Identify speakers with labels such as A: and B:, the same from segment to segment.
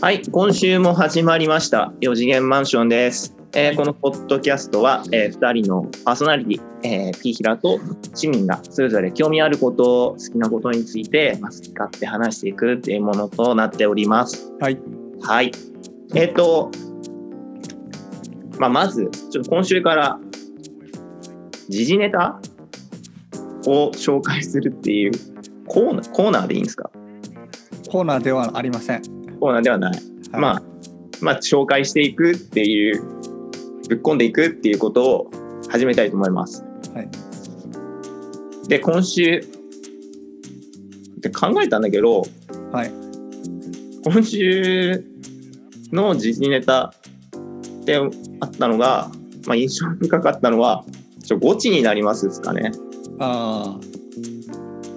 A: はい、今週も始まりました。4次元マンションです。えーこのポッドキャストは、え2人のパーソナリティ、えー、P 平と市民がそれぞれ興味あること、好きなことについて、まあ、好き勝手話していくっていうものとなっております。
B: はい。
A: はい。えっ、と、まあ、まず、ちょっと今週から、時事ネタを紹介するっていうコーナー、コーナーでいいんですか
B: コーナーではありません。
A: コーナーではない。
B: はい
A: まあ、まあ、紹介していくっていう、ぶっ込んでいくっていうことを始めたいと思います。
B: はい
A: で、今週、で考えたんだけど、
B: はい。
A: 今週の時事ネタであったのが、まあ、印象深かったのは、ちょ、ゴチになりますですかね。
B: ああ、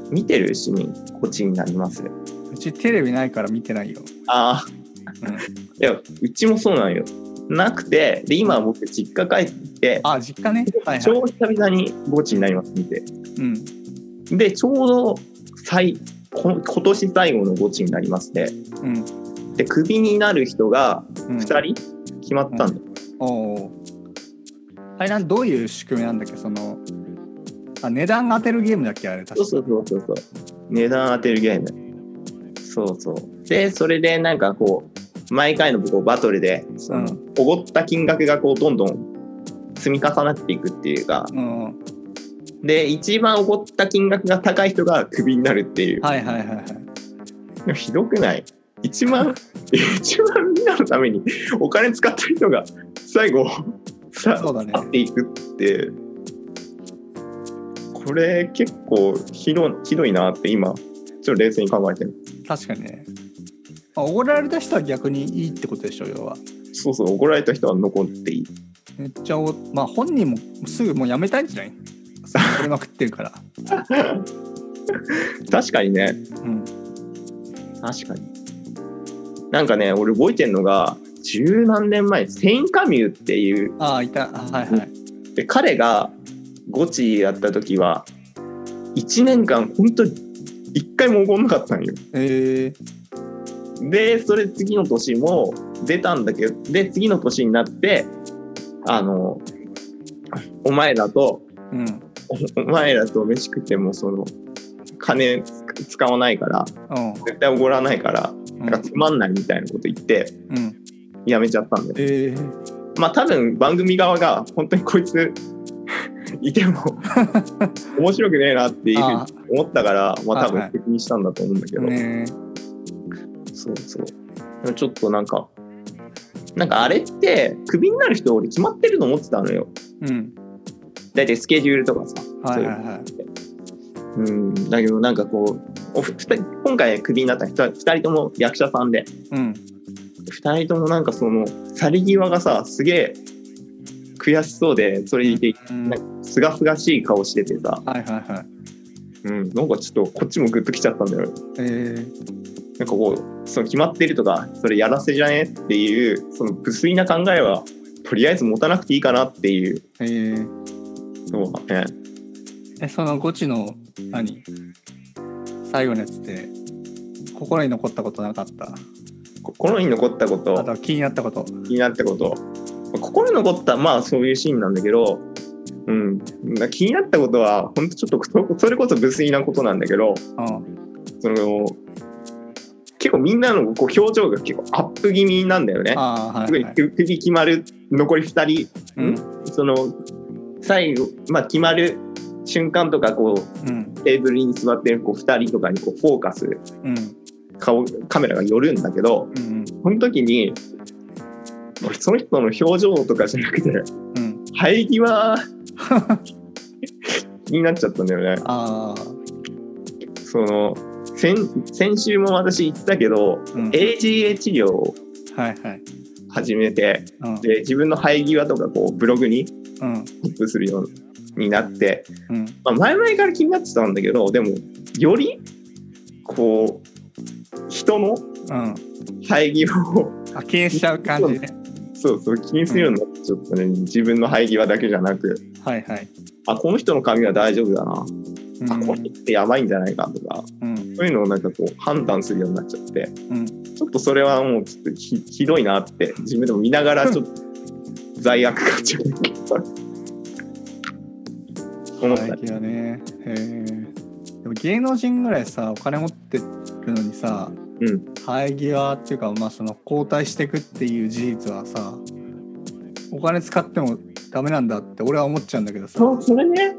A: 見てる市民、ゴチになります。
B: うちテレビないから見てないよ。
A: ああ、
B: うん
A: いや、うちもそうなんよ。なくて、で、今僕、実家帰って、
B: あ、実家ね。はいは
A: 超
B: い。
A: 久々にゴチになります、見て。
B: うん。
A: で、ちょうど最、こ今年最後のゴチになりまして、
B: うん。
A: で、クビになる人が
B: うん、
A: 2人決まったんだよ。
B: おお。あれなんどういう仕組みなんだっけそのあ値段当てるゲームだっけあれ確
A: そう
B: か
A: そうそうそうそう。値段当てるゲーム。そうそう。で、それでなんかこう、毎回のこうバトルで、その、
B: うん
A: おごった金額がこう、どんどん積み重なっていくっていうか、
B: うん。はい
A: で、一番おごった金額が高い人がクビになるっていう。
B: はいはいはい。
A: でもひどくない ?1 万、一万みんなのためにお金使った人が最後、さ、
B: そうだね
A: 去っていくって、これ結構ひどひどいなって今、ちょっと冷静に考えてる。
B: 確かにね。まあおごられた人は逆にいいってことでしょ要は。
A: そうそう、怒られた人は残っていい。
B: めっちゃおまあ本人もすぐもうやめたいんじゃないそれまくってるから。
A: 確かにね。
B: うん。
A: 確かに。なんかね、俺覚えてんのが、十何年前、セインカミューっていう
B: ああいたあはい はい。
A: で彼がゴチやった時は1年間本当に1回も怒んなかったんよ
B: ええ
A: でそれ次の年も出たんだけどで次の年になってあのお前らと
B: うん。
A: お前らと飯食ってもその金使わないから
B: うん
A: 絶対おごらないから
B: う
A: なんか
B: ん
A: つまんないみたいなこと言って
B: うん、
A: やめちゃったんだよ
B: ええ
A: まあ多分番組側が本当にこいつ いても 面白くねえなっていうふうに
B: あ
A: 思ったから、まあ多
B: はいは
A: 分
B: い
A: 責任したんだと思うんだけど、
B: ね
A: そうそう。でもちょっとなんか、なんかあれって、クビになる人俺決まってると思ってたのよ。
B: えうん
A: だいたいスケジュールとかさ。
B: はいはいはい
A: そういううん。だけどなんかこう、おふ二人今回クビになった人は二人とも役者さんで、
B: うん
A: 二人ともなんかその、去り際がさ、すげえ悔しそうで、それでいて、
B: うん
A: なんすがすがしい顔しててさ、
B: はいはいはい
A: うん、なんかちょっとこっちもグッときちゃったんだよ。
B: え
A: なんかこう、その決まってるとか、それやらせじゃねっていう、その無粋な考えは、とりあえず持たなくていいかなっていう
B: えええ
A: のはね、
B: えそのゴチの何最後のやつで心に残ったことなかった
A: こ心に残ったこ
B: あと
A: と、
B: は気になったこと
A: 気になったこと、心に残った、まあそういうシーンなんだけど、うん、まあ気になったことは、本当ちょっと、それこそ無粋なことなんだけど、
B: うん
A: その、結構みんなのこう表情が結構アップ気味なんだよね。
B: ああは
A: すご
B: い
A: い
B: はい、
A: 首決まる、残り2人、
B: うん
A: その最後、まあ、決まる瞬間とかこう
B: うん
A: テーブルに座ってるこう2人とかにこうフォーカス
B: うん
A: 顔カメラが寄るんだけど
B: うん
A: その時に俺その人の表情とかじゃなくて
B: うん
A: 生え際 気になっちゃったんだよね。
B: ああ
A: その先先週も私言ったけど
B: うん
A: AGA 治療を
B: はいはい
A: 始めて
B: うん
A: で自分の生え際とかこうブログに
B: うん
A: アップするようになって
B: うん
A: まあ、前々から気になってたんだけどでもよりこう人の
B: うん
A: 生え際を
B: あ気にしちゃう感じね
A: そうそう気にするようになってちょっとね、自分の生え際だけじゃなく
B: はいはい
A: あこの人の髪は大丈夫だな、
B: うん
A: あこの人ってやばいんじゃないかとか
B: うん
A: そういうのをなんかこう判断するようになっちゃって、
B: うん
A: ちょっとそれはもうちょっとひひどいなって自分でも見ながらちょ っと罪悪感じゃないけど思った、
B: 最近はねへーでも芸能人ぐらいさお金持ってるのにさ
A: うん、
B: 生え際っていうか、まあ、その交代していくっていう事実はさお金使ってもダメなんだって俺は思っちゃうんだけどさ
A: そうそれね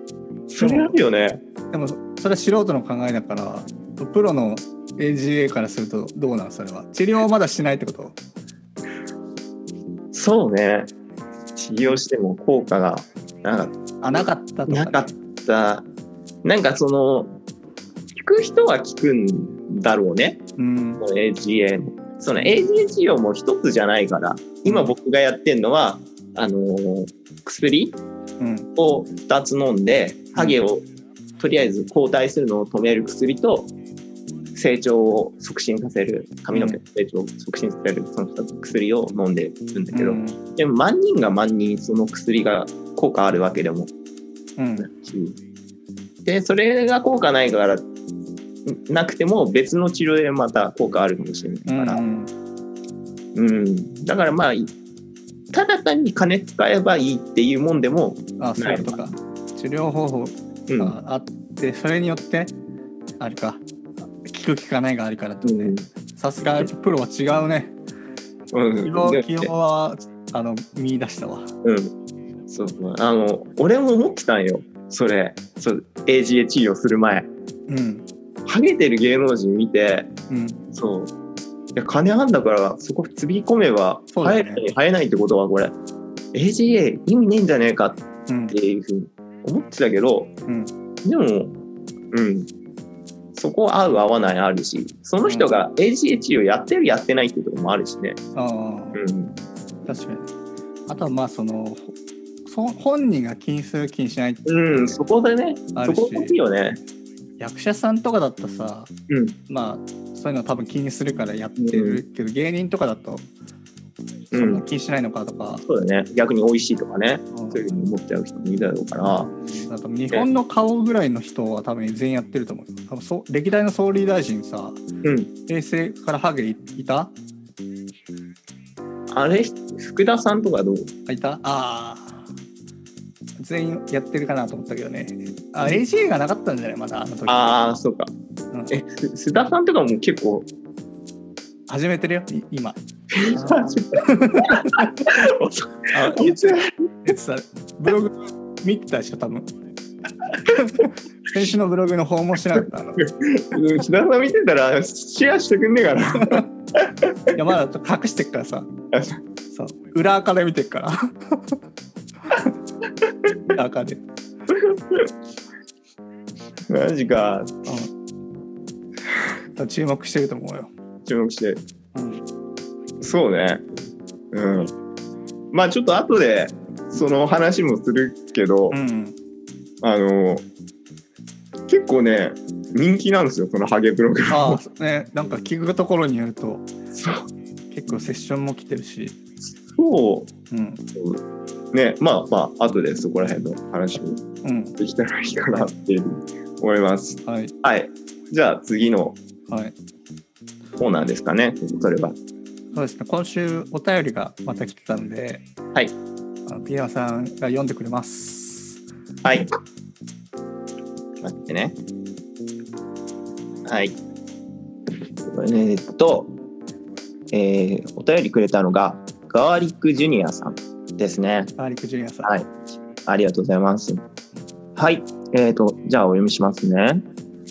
A: それあるよね
B: でもそれは素人の考えだからプロの AGA からするとどうなのそれは治療はまだしてないってこと
A: そうね治療しても効果がなかっ
B: あなかったとか、ね、
A: なかったなんかその聞く人は聞くんだろうね
B: うん
A: この AGA のその AGA 治療も一つじゃないから今僕がやってるのはあのー薬
B: うん
A: を2つ飲んで影をとりあえず後退するのを止める薬と成長を促進させる髪の毛の成長を促進させるその2つ薬を飲んでるんだけど、
B: うん
A: でも万人が万人その薬が効果あるわけでも
B: うん
A: でそれが効果ないからなくても別の治療でまた効果あるかもしれ
B: う
A: ないから、
B: ん
A: うん、だからまあただ単に金使えばいいっていうもんでも、
B: あそういうことか治療方法
A: うん
B: があって、それによってあれか聞く聞かないがあるからってこ
A: う
B: と
A: ん
B: ねさすがプロは違うね
A: うん
B: 希望希望はあの見出したわ
A: うん、そうあの俺も思ってたんよそれそう AGA 治療する前
B: うん
A: ハゲてる芸能人見て
B: うん
A: そういや金あんだからそこつぎ込めば
B: そうだ
A: 生
B: ね
A: えるに生えないってことはこれ AGA 意味ねえんじゃねえかっ
B: うん
A: ていうふうに思ってたけど
B: うん
A: でもうんそこ合う合わないあるしその人が AGA 治療やってるやってないってとこもあるしね
B: ああ、
A: うん
B: 確かにあとはまあそのほそ本人が気にする気にしないって
A: うん、そこでね、
B: あ
A: そ
B: るし
A: こ大きいよね。
B: 役者さんとかだったらさ
A: うん、
B: まあそういうのは多分気にするからやってるけど、芸人とかだとそんな気にしないのかとか、
A: そうだね。逆に美味しいとかね。
B: うん
A: そういうふうに思っちゃう人もいるだろうから。
B: あと日本の顔ぐらいの人は多分全員やってると思う多分そう歴代の総理大臣さ
A: うん。
B: 平成からハゲいいた
A: あれ、福田さんとかどう
B: あいたああ全員やってるかなと思ったけどねあ AGA がなかったんじゃないまだあの時
A: ああ、そうか。
B: うん
A: え、す須田さんとかも結 構、
B: 始めてるよい今あ
A: いつ
B: さブログ見てたでしょ多分 先週のブログの訪問しなかったあのい
A: 須田さん見てたら、シェアしてくんねえかな。
B: やまだちょっと隠してっからさ
A: あ
B: そう裏垢で見てっから裏垢で、
A: マジか。
B: うん注目してると思うよ、
A: 注目して。
B: うん、
A: そうね。うん。まあ、ちょっと後で、その話もするけど、
B: うん、
A: あの、結構ね、人気なんですよ、そのハゲブログ。
B: ああねなんか聞くところによると
A: そう。
B: 結構セッションも来てるし、
A: そう。
B: うん
A: ね、まあまあ、後でそこら辺の話も
B: うん、
A: できたらいいかなっていうふうに思います。
B: はい
A: はい。じゃあ次の
B: はい
A: コーナーですかね、それは。
B: そうですね今週お便りがまた来てたんで
A: はい
B: あのピエロさんが読んでくれます
A: はい。待ってね。はい。えーっと、えーお便りくれたのが、ガーリックジュニアさんですね。
B: ガーリックジュニアさん、
A: はいありがとうございます。はい。えー、と、じゃあお読みしますね。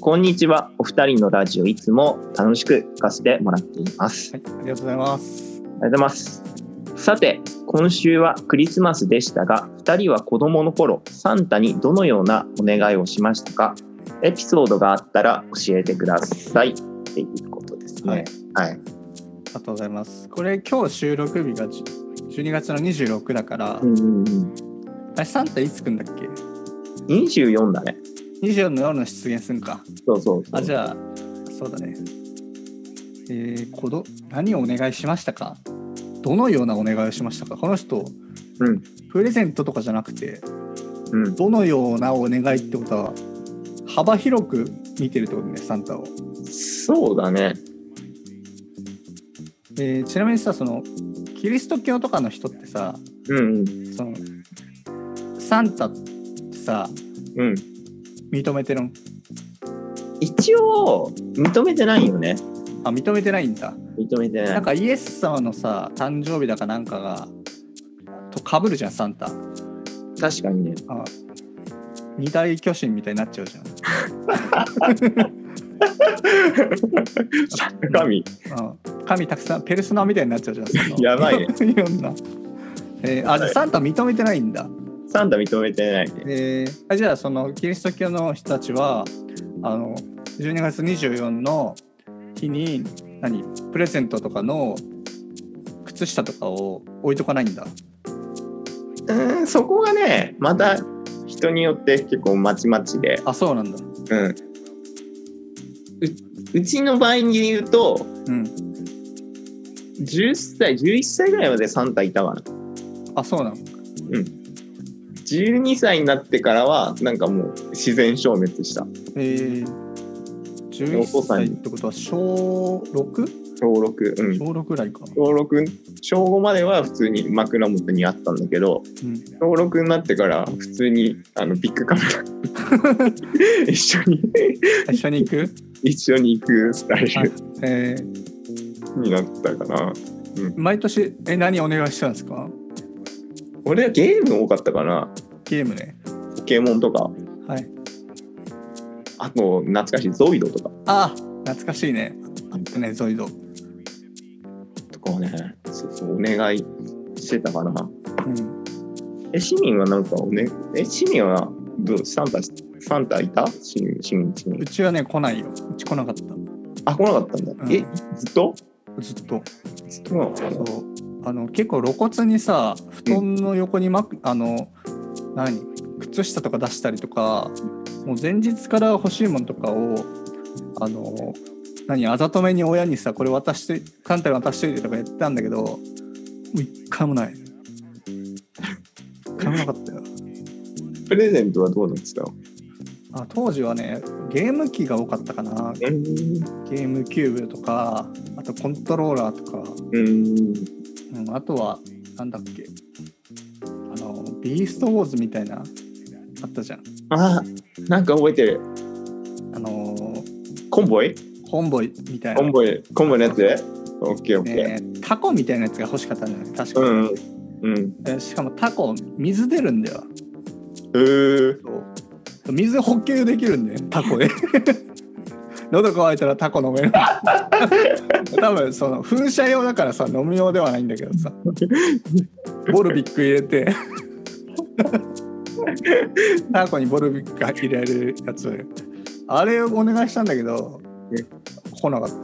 A: こんにちは。お二人のラジオ、いつも楽しく聞かせてもらっています。
B: はい、ありがとうございます。
A: ありがとうございます。さて、今週はクリスマスでしたが、2人は子供の頃、サンタにどのようなお願いをしましたかエピソードがあったら教えてください。っていうことです
B: はい
A: ね。はい。
B: ありがとうございます。これ今日収録日がじゅ12月の26だから、
A: うんうんうん
B: あれサンタいつ来んだっけ
A: 24だね。
B: ?24 の夜の出現するんか。
A: そうそうそう。
B: あ、じゃあ、そうだね。えー、こど何をお願いしましたかどのようなお願いをしましたかこの人、
A: うん
B: プレゼントとかじゃなくて、
A: うん、
B: どのようなお願いってことは、幅広く見てるってことね、サンタを。
A: そうだね。
B: えーちなみにさそのキリスト教とかの人ってさ
A: うん
B: そのサンタってさ
A: うん。うん。
B: 認めてるの
A: 一応、認めてないよね。
B: あ認めてないんだ
A: 認めてな
B: なん
A: い。
B: かイエス様のさ誕生日だかなんかがとかぶるじゃんサンタ
A: 確かにね。
B: あ二大巨神みたいになっちゃうじゃん
A: 神。
B: あ神たくさんペルソナみたいになっちゃうじゃんその
A: やば いね
B: ろんな、えーあじゃあサンタ認めてないんだ、
A: サンタ認めてないね。
B: えーあじゃあそのキリスト教の人たちはあの12月24の日に何プレゼントとかの靴下とかを置いとかないんだ
A: うーん、そこがね、また人によって結構まちまちで。
B: あそうなんだ
A: うん。ううちの場合に言うと、
B: うん
A: 10歳、11歳ぐらいまでサンタいたわな。
B: あそうなの
A: 12歳になってからは、なんかもう自然消滅した。
B: えー、11歳ってことは小 6?
A: 小6。うん
B: 小。6ぐらいか、
A: 小6、小5までは普通に枕元にあったんだけど、
B: うん、
A: 小6になってから普通にあのビッグカメラ一緒に
B: 一緒に行く、
A: 一緒に行くスタイル
B: えー
A: になったかな
B: 毎年え何お願いしてたんですか
A: 俺はゲーム多かったかな
B: ゲームね
A: ポケモンとか
B: はい
A: あと懐かしいゾイドとか
B: あ懐かしいねあったねゾイド、う、
A: とかをねそうそうお願いしてたかなんえ市民はなんかおねえ市民はどうサンタサンタいた市民市民市民
B: うちはね来ないようち来なかった
A: あ来なかったんだ、
B: うん
A: えずっと
B: ずっと
A: ずっとなのかな
B: そうあの結構露骨にさ布団の横に、ま、あの何靴下とか出したりとかもう前日から欲しいものとかをあの何あざとめに親にさこれ渡してカンタに渡しといてとかやってたんだけどもう一回もない一回もなかったよ
A: プレゼントはどうなってたの
B: あ当時はねゲーム機が多かったかな
A: うーん
B: ゲームキューブとかあとコントローラーとか
A: うーん
B: うん、あとは、なんだっけ、あの、ビーストウォーズみたいな、あったじゃん。
A: あなんか覚えてる
B: あのー、
A: コンボイ
B: コンボイみたいな。
A: コンボイコンボイのやつでオッケーオッケー、
B: ねタコみたいなやつが欲しかったんじゃない確か
A: う
B: に、
A: んうん
B: えしかもタコ、水出るんだよ。
A: うー
B: そう水補給できるんだよ、タコで。 喉乾いたらタコ飲める。 多分その噴射用だからさ飲み用ではないんだけどさボルビック入れて タコにボルビックが入れられるやつあれをお願いしたんだけど
A: え
B: 来なかった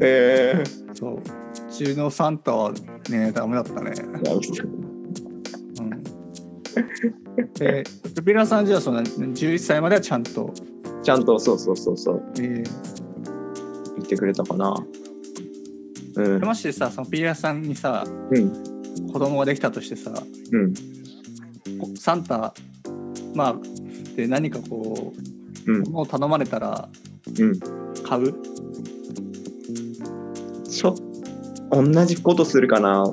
A: えー
B: そううちのサンタはねダメだったねうんえルピラさんじゃあその11歳まではちゃんと、
A: ちゃんとそうそうそうそう
B: えー
A: 言ってくれたかなうん
B: もしさそのピーラさんにさ
A: うん
B: 子供ができたとしてさ
A: うん
B: こサンタまあで何かこ
A: うん
B: うもう頼まれたら
A: うん
B: 買う
A: ちょっ同じことするかな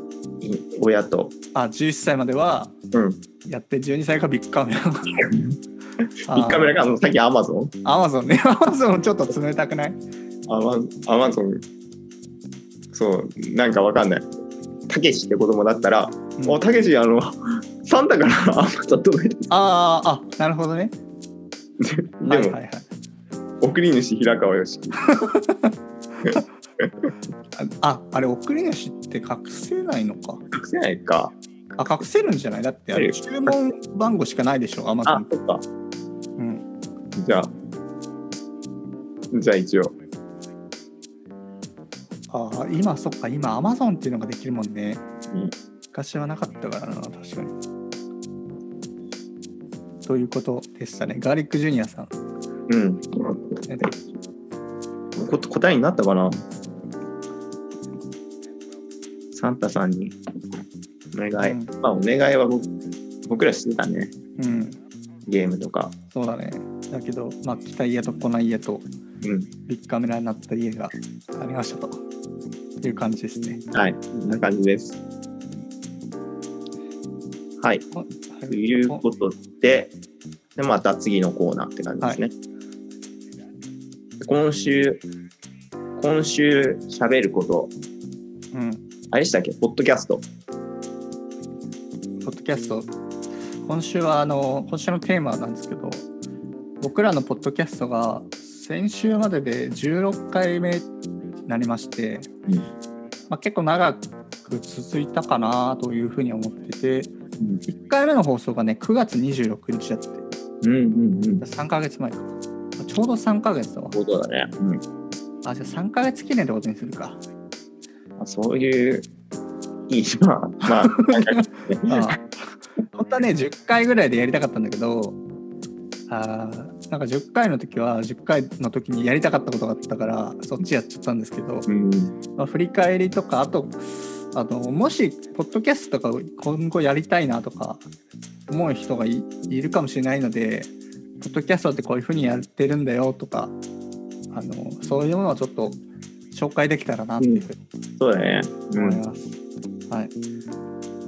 A: い親と
B: あ11歳までは
A: うん
B: やって12歳がビッグ カメラビ
A: 3日目だからもうさっきアマゾン
B: アマゾンね アマゾンちょっと冷たくない
A: アマアマゾンそうなんかわかんないたけしって子供だったら「おたけしあの サンタからアマゾン届いて
B: あーあなるほどね
A: でも、
B: はいはいはい
A: 送り主平川よし
B: ああれ送り主って隠せないのか
A: 隠せないか
B: あ隠せるんじゃないだってあれ注文番号しかないでしょアマゾ
A: あ
B: ン
A: そっか
B: うん
A: じゃあじゃあ一応
B: ああ今そっか今アマゾンっていうのができるもんね
A: うん
B: 昔はなかったからな確かにということでしたねガーリックジュニアさん
A: うん
B: えっ
A: こ答えになったかなサンタさんにお願い、
B: うん
A: まあお願いは僕僕らしてたね
B: とうん
A: ゲームとか
B: そうだねだけどまあ来た家と来ない家と
A: うん。
B: ビッグカメラになった家がありましたという感じですね。
A: はい。こんな感じです。はい。
B: と
A: ということで、でまた次のコーナーって感じですね。今週、今週喋ること、
B: うん、
A: あれでしたっけポッドキャスト。
B: ポッドキャスト今週はあの今週のテーマなんですけど僕らのポッドキャストが先週までで16回目になりまして、
A: うん
B: まあ、結構長く続いたかなというふうに思ってて1回目の放送がね9月26日だって
A: うんうんうん。
B: 3ヶ月前かあちょうど3ヶ月だわ
A: ことだね。うん
B: あじゃあ3ヶ月記念ってことにする か
A: あそういう、いい、 まあ、まあ、
B: ああ本当はね10回ぐらいでやりたかったんだけどあーなんか10回の時は10回の時にやりたかったことがあったからそっちやっちゃったんですけど、
A: うん、
B: まあ、振り返りとかあとあのもしポッドキャストとか今後やりたいなとか思う人がいいるかもしれないのでポッドキャストってこういうふうにやってるんだよとかあのそういうものをちょっと紹介できたらなっていうふうに
A: そうだね。う
B: 思い
A: ん。
B: ます。はい。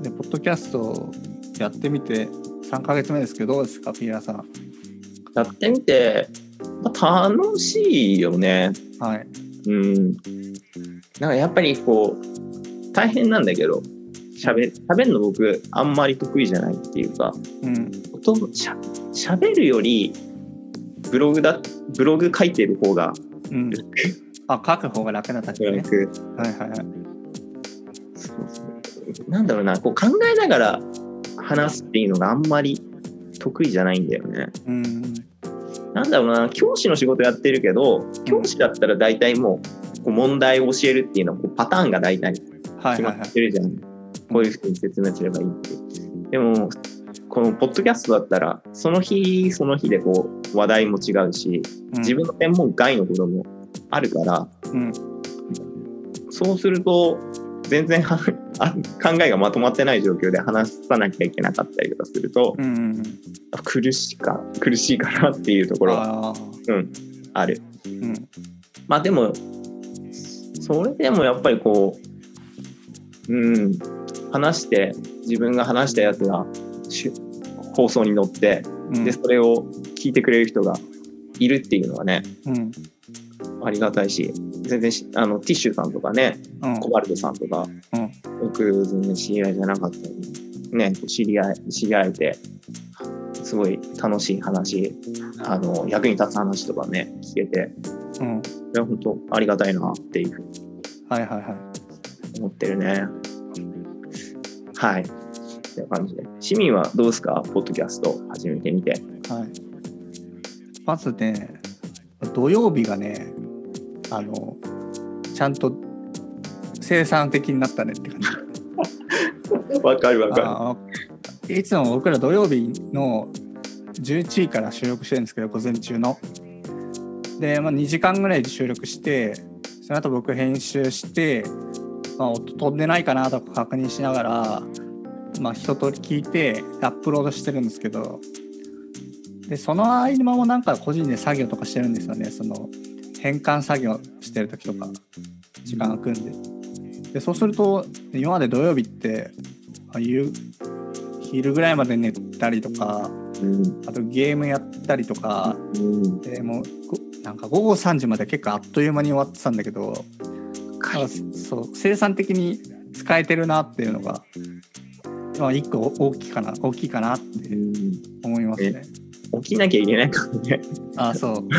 B: で、ポッドキャストやってみて3ヶ月目ですけど、どうですか、ピーラーさん。
A: やってみて、まあ、楽しいよね。
B: はい。
A: うん。なんかやっぱりこう、大変なんだけど、喋喋るの僕、あんまり得意じゃないっていうか、
B: うん。
A: 音しゃ喋るより、ブログだ、ブログ書いてる方が
B: うん。あ、書く方が楽なタイプね。
A: 楽。
B: はいはいはい。
A: そうそうなんだろうな、こう考えながら話すっていうのがあんまり得意じゃないんだよね。
B: うん。
A: なんだろうな、教師の仕事やってるけど、教師だったら大体もう、こう問題を教えるっていうのはこうパターンが大体決
B: はい
A: ま
B: はいは
A: っ
B: い。
A: てるじゃん。こういうふうに説明すればいいって。でも、このポッドキャストだったら、その日その日でこう話題も違うし、
B: うん
A: 自分の専門外のこともあるから、
B: うん。
A: そうすると、全然 はあ考えがまとまってない状況で話さなきゃいけなかったりとかすると、
B: うんうんうん。
A: 苦しいか、苦しいかなっていうところは、
B: あー
A: うん、ある。
B: うん。
A: まあでも、それでもやっぱりこう、うん、話して、自分が話したやつがし放送に乗って、
B: うん
A: で、それを聞いてくれる人がいるっていうのはね、
B: うん。
A: ありがたいし、全然しあの、ティッシュさんとかね、
B: うん
A: コバルトさんとか、
B: うん
A: 僕全然知り合いじゃなかったのに、ね、こう知り合い、知り合えて、すごい楽しい話、あの、役に立つ話とかね、聞けて、
B: うん。
A: いや、本当ありがたいなっていうふうに
B: はいはいは
A: 思ってるね。はい。って感じで。市民はどうですかポッドキャスト始めてみて。
B: い。はい。まずね、土曜日がね、あの、ちゃんと生産的になったねって感じ。
A: わかるわか
B: あーいつも僕ら土曜日の11時から収録してるんですけど午前中の。で、まあ、2時間ぐらいで収録してその後僕編集して、まあ、音飛んでないかなとか確認しながら、まあ、一通り聞いてアップロードしてるんですけどでその合間もなんか個人で作業とかしてるんですよねその変換作業してる時とか時間空くんで。でそうすると今まで土曜日ってあ夕昼ぐらいまで寝たりとか
A: る。うん。
B: あとゲームやったりとか
A: うん。
B: でもうごなんか午後3時まで結構あっという間に終わってたんだけどなんかそう生産的に使えてるなっていうのが、まあ、一個大きいかな大きいかなって思いますね。
A: 起きなきゃいけないからね。
B: ああそう起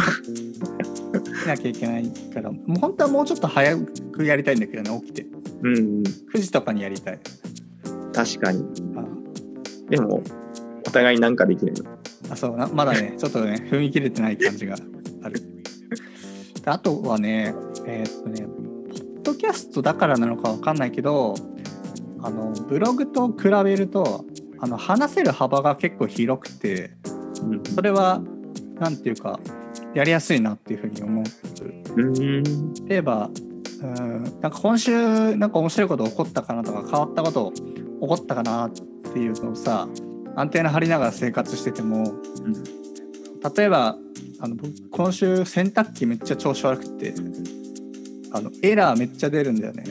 B: きなきゃいけないからもう本当はもうちょっと早くやりたいんだけどね起きて
A: うん。
B: 9時とかにやりたい。
A: 確かに。
B: あ
A: でも、お互いなんかできる
B: あそうなまだねちょっとね踏み切れてない感じがある。であとはねえーっとねポッドキャストだからなのかわかんないけどあのブログと比べるとあの話せる幅が結構広くて
A: の。
B: それは何ていうかやりやすいなっていうふうに思う。
A: うん。
B: 例えばうんなんか今週なんか面白いこと起こったかなとか変わったこと起こったかなっていうのをさアンテナ張りながら生活してても、例えばあの僕今週洗濯機めっちゃ調子悪くてあのエラーめっちゃ出るんだよね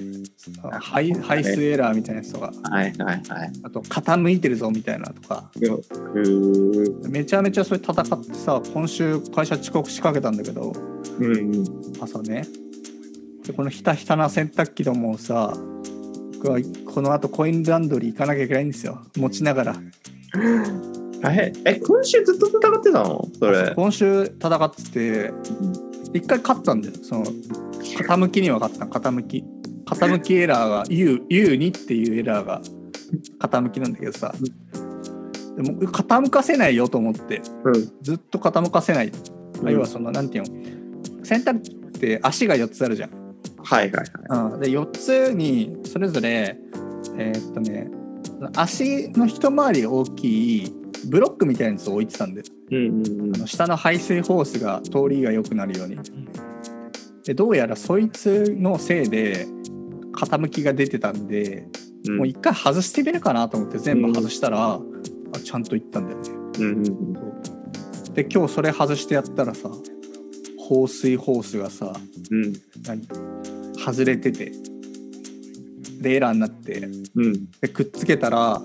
B: あの排排水エラーみたいなやつとか
A: はいはいはい。
B: あと傾いてるぞみたいなとか
A: うん
B: めちゃめちゃそれ戦ってさ今週会社遅刻しかけたんだけど
A: うん
B: 朝ねでこのひたひたな洗濯機どもをさ僕はこの後コインランドリー行かなきゃいけないんですよ持ちながら
A: 大変え今週ずっと戦ってたのそれ
B: 今週戦ってて一回勝ったんだよその傾きには勝ったの傾き傾きエラーが U U2 っていうエラーが傾きなんだけどさでも傾かせないよと思って
A: うん
B: ずっと傾かせない、
A: うん
B: 要はそのなんていうの洗濯機って足が4つあるじゃん、
A: はいはいはい
B: うん、で4つにそれぞれえーっとね足の一回り大きいブロックみたいなやつを置いてたんだよ
A: うんうんうん
B: あの下の排水ホースが通りが良くなるようにでどうやらそいつのせいで傾きが出てたんで、
A: うん
B: もう一回外してみるかなと思って全部外したら、あちゃんといったんだよね
A: うんうん
B: で今日それ外してやったらさ放水ホースがさ
A: うん
B: 何外れててでエラーになって
A: うん
B: でくっつけたらあ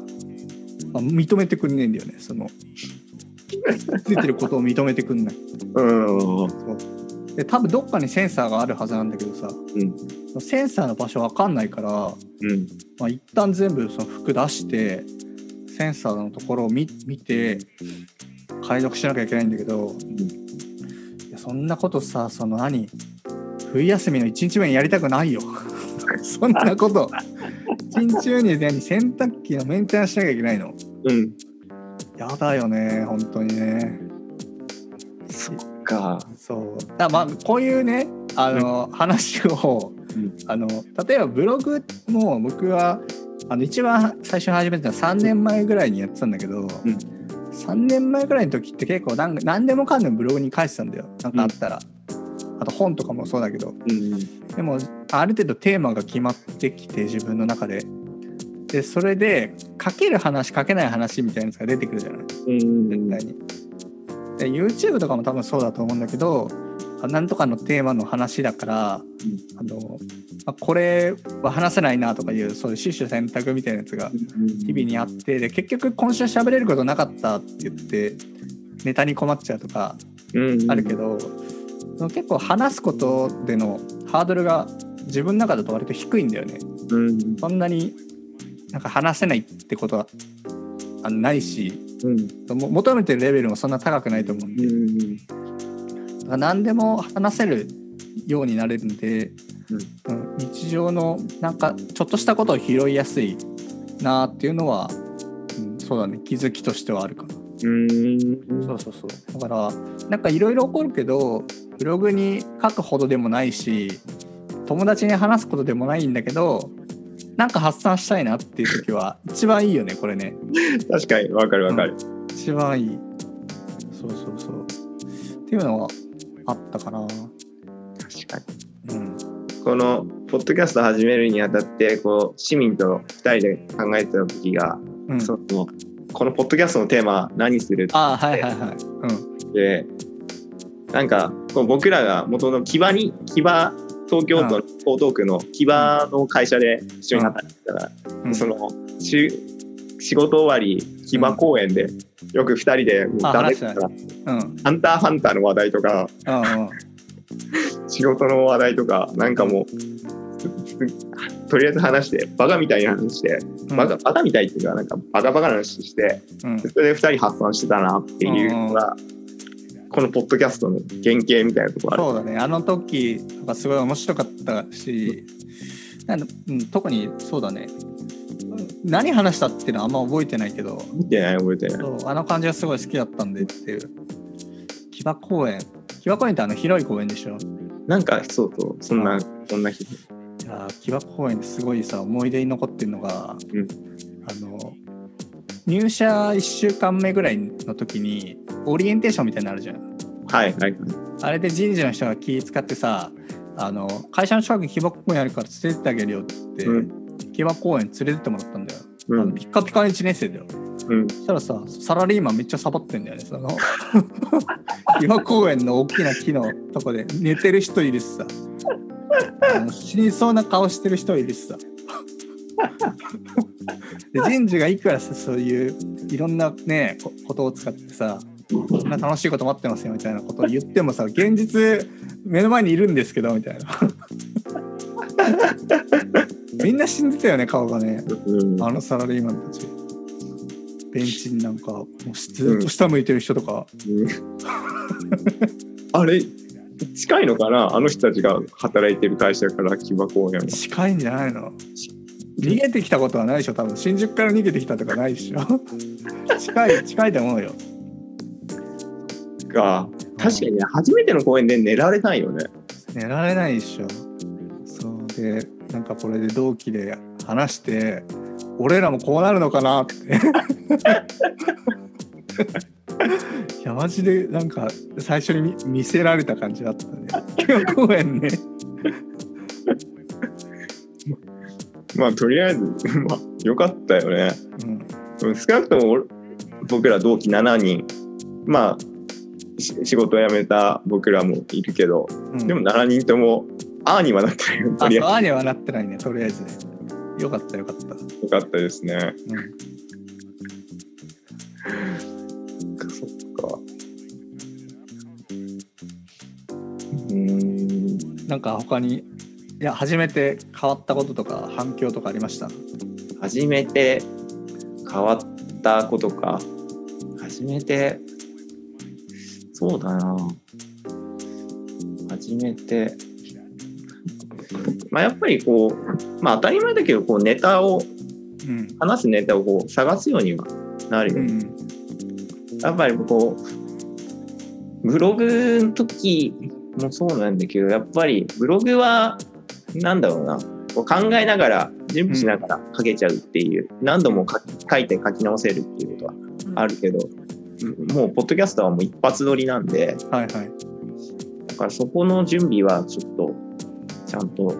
B: 認めてくんねえんだよねそのくっついてることを認めてくんない
A: うんうん
B: で多分どっかにセンサーがあるはずなんだけどさ、センサーの場所わかんないから、ま
A: うん
B: あ、一旦全部その服出してセンサーのところを見見て解読しなきゃいけないんだけど、いやそんなことさその何冬休みの1日目にやりたくないよ そんな こと一日中に何洗濯機のメンテナンスしなきゃいけないの
A: うん
B: やだよね本当にね
A: そっか
B: そうだまあこういうねあの、話を、
A: うん
B: あの例えばブログも僕はあの一番最初に始めたのは3年前ぐらいにやってたんだけど、
A: ん
B: 3年前ぐらいの時って結構なんか何でもかんでもブログに書いてたんだよなんかあったら、あと本とかもそうだけど
A: うん
B: でもある程度テーマが決まってきて自分の中で。でそれで書ける話書けない話みたいなやつが出てくるじゃない
A: うん
B: 絶対に。で YouTube とかも多分そうだと思うんだけどあなんとかのテーマの話だから、あのまあこれは話せないなとかいうそういう死守選択みたいなやつが日々にあってで結局今週喋れることなかったって言ってネタに困っちゃうとか
A: うん
B: あるけど、その結構話すことでのハードルが自分の中だと割と低いんだよね。
A: うん
B: そんなになんか話せないってことはあないし
A: うん
B: も求めてるレベルもそんな高くないと思うんで、
A: うん
B: だから何でも話せるようになれるんで、うん日常のなんかちょっとしたことを拾いやすいなっていうのは、うん、そうだね気づきとしてはあるかな、
A: うん
B: そうそうそうだからなんかいろいろ起こるけどブログに書くほどでもないし友達に話すことでもないんだけどなんか発散したいなっていう時は一番いいよねこれね
A: 確かにわかるわかる
B: 一番いいそうそうそうっていうのはあったかな
A: 確かに
B: うん
A: このポッドキャスト始めるにあたってこう市民と2人で考えてた時が、
B: うん、
A: そのこのポッドキャストのテーマ何するっ
B: あはいはいはい。うん。
A: てなんかこう僕らが元々木場に木場東京都の江東区の木場の会社で一緒に働いてたから、
B: うん
A: そのし仕事終わり木場公園でよく2人でもう
B: あ
A: ダメ
B: 話し
A: だ
B: たね
A: から
B: うん。
A: 「ハンターハンター」の話題とか
B: うんうん。
A: 仕事の話題とかなんかもうすすとりあえず話してバカみたいな話して
B: うん
A: バカバカみたいっていうかなんかバカバカな話して
B: うん。
A: それで2人発散してたなっていうのがこのポッドキャストの原型みたいなところあ
B: そうだね。あの時とかすごい面白かったし、なんかうん、特にそうだね。何話したっていうのはあんま覚えてないけ
A: る
B: ど、
A: 見てない覚えてない
B: そうあの感じがすごい好きだったんでっていう。木場公園。木場公園ってあの広い公園でしょ。
A: なんかそうそうそん
B: う
A: なんそんな日
B: いやー木場公園ですごいさ思い出に残ってるのが、
A: うん
B: あの入社1週間目ぐらいの時にオリエンテーションみたいになのあるじゃん。
A: はいはい
B: あれで人事の人が気使ってさあの会社の近くに木場公園あるから連れてってあげるよって言って、
A: うん
B: 木場公園連れてってもらったんだよ、
A: う
B: あの
A: ん
B: ピッカピカの1年生だよ
A: うん
B: そしたらさサラリーマンめっちゃサボってんだよねその 岩公園の大きな木のとこで寝てる人いるしさあの死にそうな顔してる人いるしさ で人事がいくらさそういういろんなねこことを使ってさこんな楽しいこと待ってますよみたいなことを言ってもさ現実目の前にいるんですけどみたいな みんな死んでたよね顔がね
A: うん
B: あのサラリーマンたちベンチになんかもうずっと下向いてる人とか、
A: あれ近いのかなあの人たちが働いてる会社から木場公園は
B: 近いんじゃないの逃げてきたことはないでしょ多分新宿から逃げてきたとかないでしょ 近い近いと思うよ
A: が確かにね初めての公演で寝られないよね
B: 寝られないでしょそうでなんかこれで同期で話して俺らもこうなるのかなって いやマジでなんか最初に見見せられた感じだったね 今日公演ね
A: まあとりあえず まあよかったよね
B: うん
A: うん少なくとも俺僕ら同期7人まあし仕事を辞めた僕らもいるけど
B: うん
A: でも7人ともああにはなってるよと
B: あ
A: り
B: そう
A: あ
B: あにはなってないねとりあえずねよかったよかった、
A: えずよかったですね
B: うん、
A: そっかうん
B: なんか他にいや初めて変わったこととか反響とかありました
A: 初めて変わったことか初めてそうだな初めてまあやっぱりこうまあ当たり前だけどこうネタを
B: うん、
A: 話すネタをこう探すようにはなるよ
B: う
A: ね
B: ん、
A: やっぱりこう、ブログの時もそうなんだけど、やっぱりブログは、なんだろうな、こう考えながら、準備しながら書けちゃうっていう、何度も書き書いて書き直せるっていうことはあるけど、もう、ポッドキャストはもう一発撮りなんで、
B: はいはい
A: だからそこの準備はちょっと、ちゃんと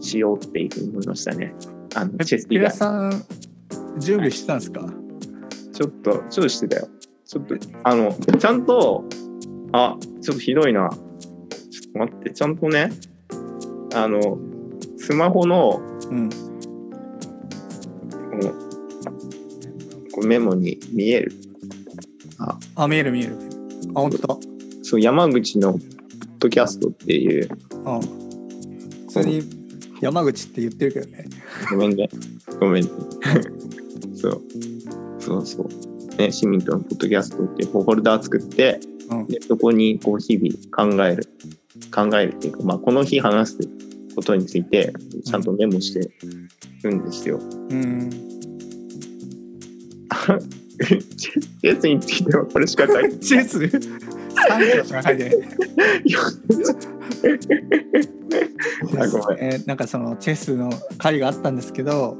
A: しようっていうふうに思いましたね。あの、チェステ
B: ピ
A: ィが
B: ラさん準備してたんですか、
A: ちょっと、ちょっとしてたよ。ちょっと、あの、ちゃんと、あ、ちょっとひどいな。ちょっと待って、ちゃんとね、あの、スマホの、
B: うん
A: この、こうメモに見える。
B: あ見える見えるあ本当だ
A: そう、山口のポッドキャストっていう、
B: あ普通に山口って言ってるけどね
A: ごめんね。ごめんね。 そう。そうそう。ね、市民とのポッドキャストっていうフォルダー作って、
B: うん
A: でそこにこう日々考える考えるっていうか、まあ、この日話すことについてちゃんとメモしてるんですよ。
B: うん
A: やつについてはこれしか書いて
B: チェス3秒しか書いてない
A: ない。ごめん。
B: えーなんかそのチェスの会があったんですけど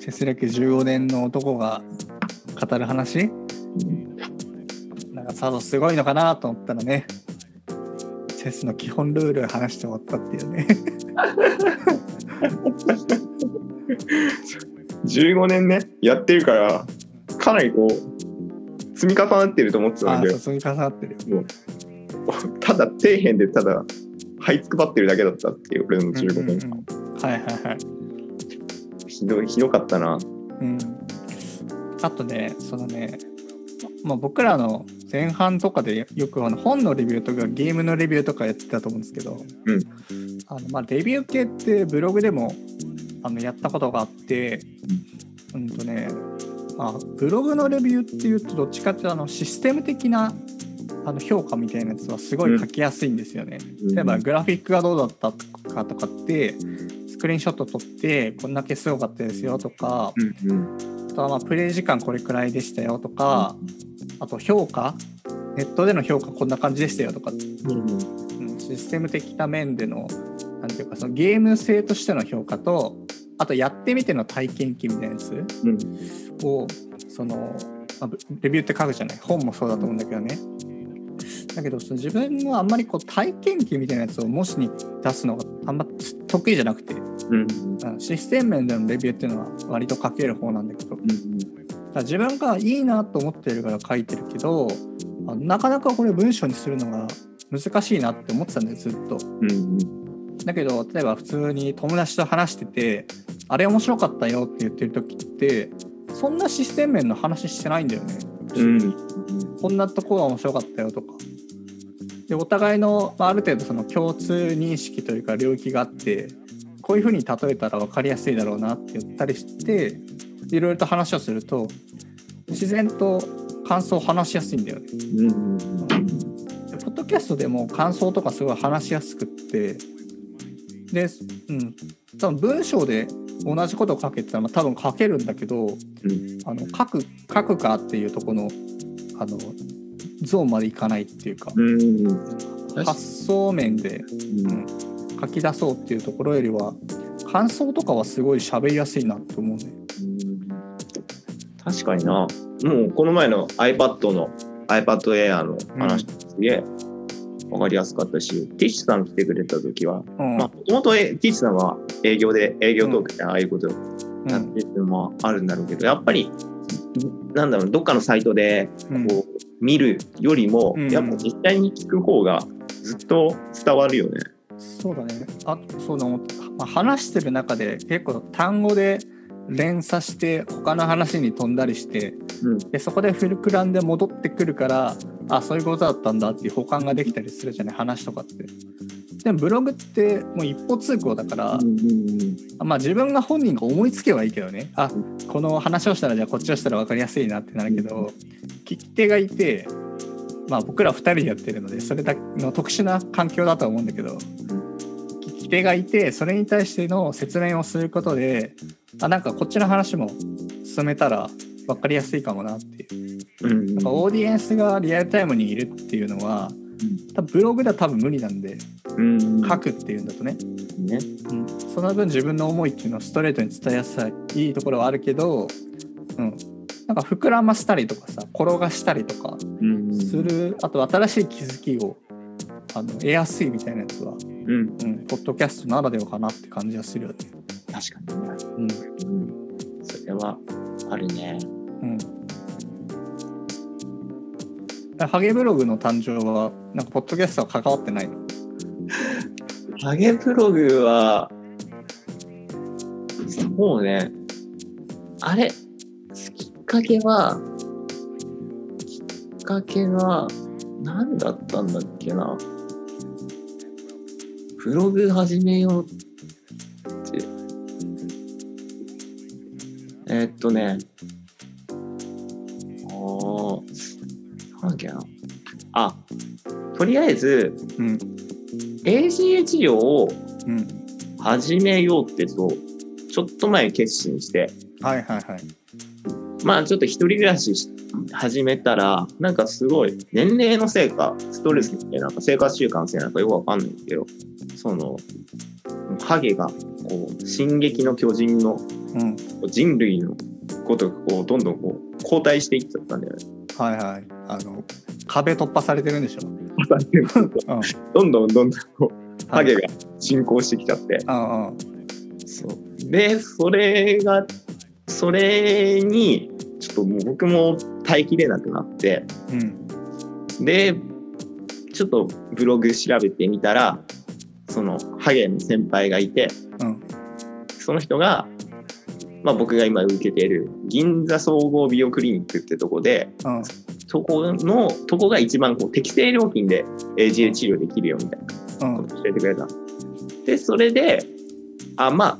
B: チェス歴15年の男が語る話なんかさぞすごいのかなと思ったらねチェスの基本ルールを話して終わったっていうね
A: 15年ねやってるからかなりこう積み重なってると思ってたん
B: ああ
A: だ
B: そ
A: け
B: う積み重なってるよ
A: どただ底辺でただ這いつくばってるだけだったっていう俺の15
B: うん
A: 年、
B: うんうんはいはいはい
A: ひどいひどかったな。
B: うん、あとねそのね、ままあ、僕らの前半とかでよくあの本のレビューとかゲームのレビューとかやってたと思うんですけど、
A: うん
B: あのまあ、レビュー系ってブログでもあのやったことがあって、うんとねまあ、ブログのレビューっていうとどっちかっていうとあのシステム的なあの評価みたいなやつはすごい書きやすいんですよね。例えばグラフィックがどうだったかとかってスクリーンショット撮ってこんだけすごかったですよとか
A: うんうん
B: あとはまあプレイ時間これくらいでしたよとかあと評価ネットでの評価こんな感じでしたよとか、うん、システム的な面でのなんていうかそのゲーム性としての評価とあとやってみての体験記みたいなやつ
A: うん
B: をその、まあぶレビューって書くじゃない本もそうだと思うんだけどねだけどその自分はあんまりこう体験記みたいなやつを模試に出すのがあんま得意じゃなくて
A: うん
B: うんシステム面でのレビューっていうのは割と書ける方なんだけど
A: うん
B: だから自分がいいなと思ってるから書いてるけどあなかなかこれ文章にするのが難しいなって思ってたんだよずっと。
A: うん
B: だけど例えば普通に友達と話しててあれ面白かったよって言ってる時ってそんなシステム面の話してないんだよね。
A: うん
B: こんなとこが面白かったよとか。でお互いのまあある程度その共通認識というか領域があってこういうふうに例えたら分かりやすいだろうなって言ったりしていろいろと話をすると自然と感想を話しやすいんだよね。
A: うん
B: でポッドキャストでも感想とかすごい話しやすくってで、うん、多分文章で同じことを書けって言ったら、まあ、多分書けるんだけど、あの書く書くかっていうとこのあのゾーンまでいかないっていうか、
A: うんうん確か
B: 発想面で書き出そうっていうところよりは感想とかはすごい喋りやすいなって思うね。
A: 確かになもうこの前の iPad の iPad Air の話すげえ分かりやすかったし、ティッシュさん来てくれた時は
B: うん
A: まあもともとえティッシュさんは営業で営業トークでああいうこと
B: う
A: やっ
B: ん
A: てるのもあるんだろうけどやっぱりなんだろうどっかのサイトで
B: うん
A: こう見るよりも、
B: うん
A: やっぱ実際に聞く方がずっと伝わるよね。
B: そうだね。あそうだ思った。まあ、話してる中で結構単語で連鎖して他の話に飛んだりして
A: うん
B: でそこで膨らんで戻ってくるからあそういうことだったんだっていう補完ができたりするじゃない話とかって。でもブログってもう一方通行だから、まあ、自分が本人が思いつけばいいけどねあこの話をしたらじゃあこっちをしたら分かりやすいなってなるけど聞き手がいて、まあ、僕ら2人でやってるのでそれだけの特殊な環境だとは思うんだけど聞き手がいてそれに対しての説明をすることであなんかこっちの話も進めたら分かりやすいかもなっていう
A: うん
B: やっぱオーディエンスがリアルタイムにいるっていうのは多分ブログでは多分無理なんで
A: うん
B: 書くっていうんだとね
A: ね。
B: うんその分自分の思いっていうのをストレートに伝えやすいいいところはあるけど、うん、なんか膨らましたりとかさ転がしたりとか
A: うん
B: する、あと新しい気づきをあの得やすいみたいなやつは、
A: うん
B: うん、ポッドキャストならではかなって感じがするよね。
A: 確かにね。
B: うん
A: うんそれはあるね。
B: うんハゲブログの誕生はなんかポッドキャストは関わってないの
A: ハゲブログはそうねあれきっかけはきっかけは何だったんだっけなブログ始めようってえーっとねあーなんだっけなあとりあえず
B: うん。
A: ACA 治療を
B: うん。
A: 始めようってそう、ちょっと前決心して、
B: はいはいはい。
A: まあちょっと一人暮らしし始めたら、なんかすごい、年齢のせいか、ストレスってなんか生活習慣のせいなんかよくわかんないけど、その、ハゲが、こう、進撃の巨人の、
B: うん。
A: 人類のことがこう、どんどんこう、後退していっちゃったんだよね。
B: はいはい。あの、壁突破されてるんでしょ。うん。
A: どんどんどんどんこう、ハゲ
B: が。
A: が進行してきちゃって、
B: うんうん。
A: そうでそれがそれにちょっともう僕も耐えきれなくなって
B: うん。
A: でちょっとブログ調べてみたらそのハゲの先輩がいて
B: うん。
A: その人が、まあ、僕が今受けている銀座総合美容クリニックってとこで
B: うん。
A: そこのとこが一番こう適正料金で AGA 治療できるよみたいな
B: うん。
A: 教えてくれた。で、それで、あ、まあ、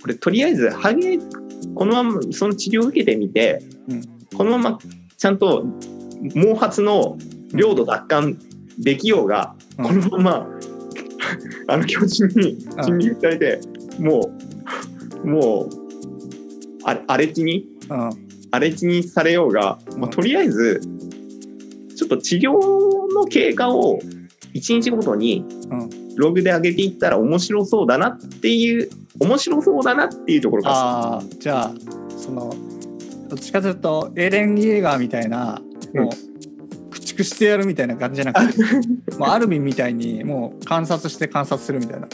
A: これとりあえず、ハゲ、このまま、その治療を受けてみて、
B: うん
A: このまま、ちゃんと毛髪の領土奪還できようが、
B: うん
A: このまま、 あの巨人に
B: うん
A: 侵入されて、もう、もう、あれ荒れ地に、
B: うん。
A: 荒れ地にされようが、ま
B: う
A: あ、
B: ん
A: とりあえず、ちょっと治療の経過を1日ごとに
B: うん
A: ブログで上げていったら面白そうだなっていう、面白そうだなっていうところが、
B: ああ、じゃあ、その、どっちかというと、エレン・イェーガーみたいな、もう、駆逐してやるみたいな感じじゃなく て、もうアルミンみたいに、もう観察して観察するみたいな。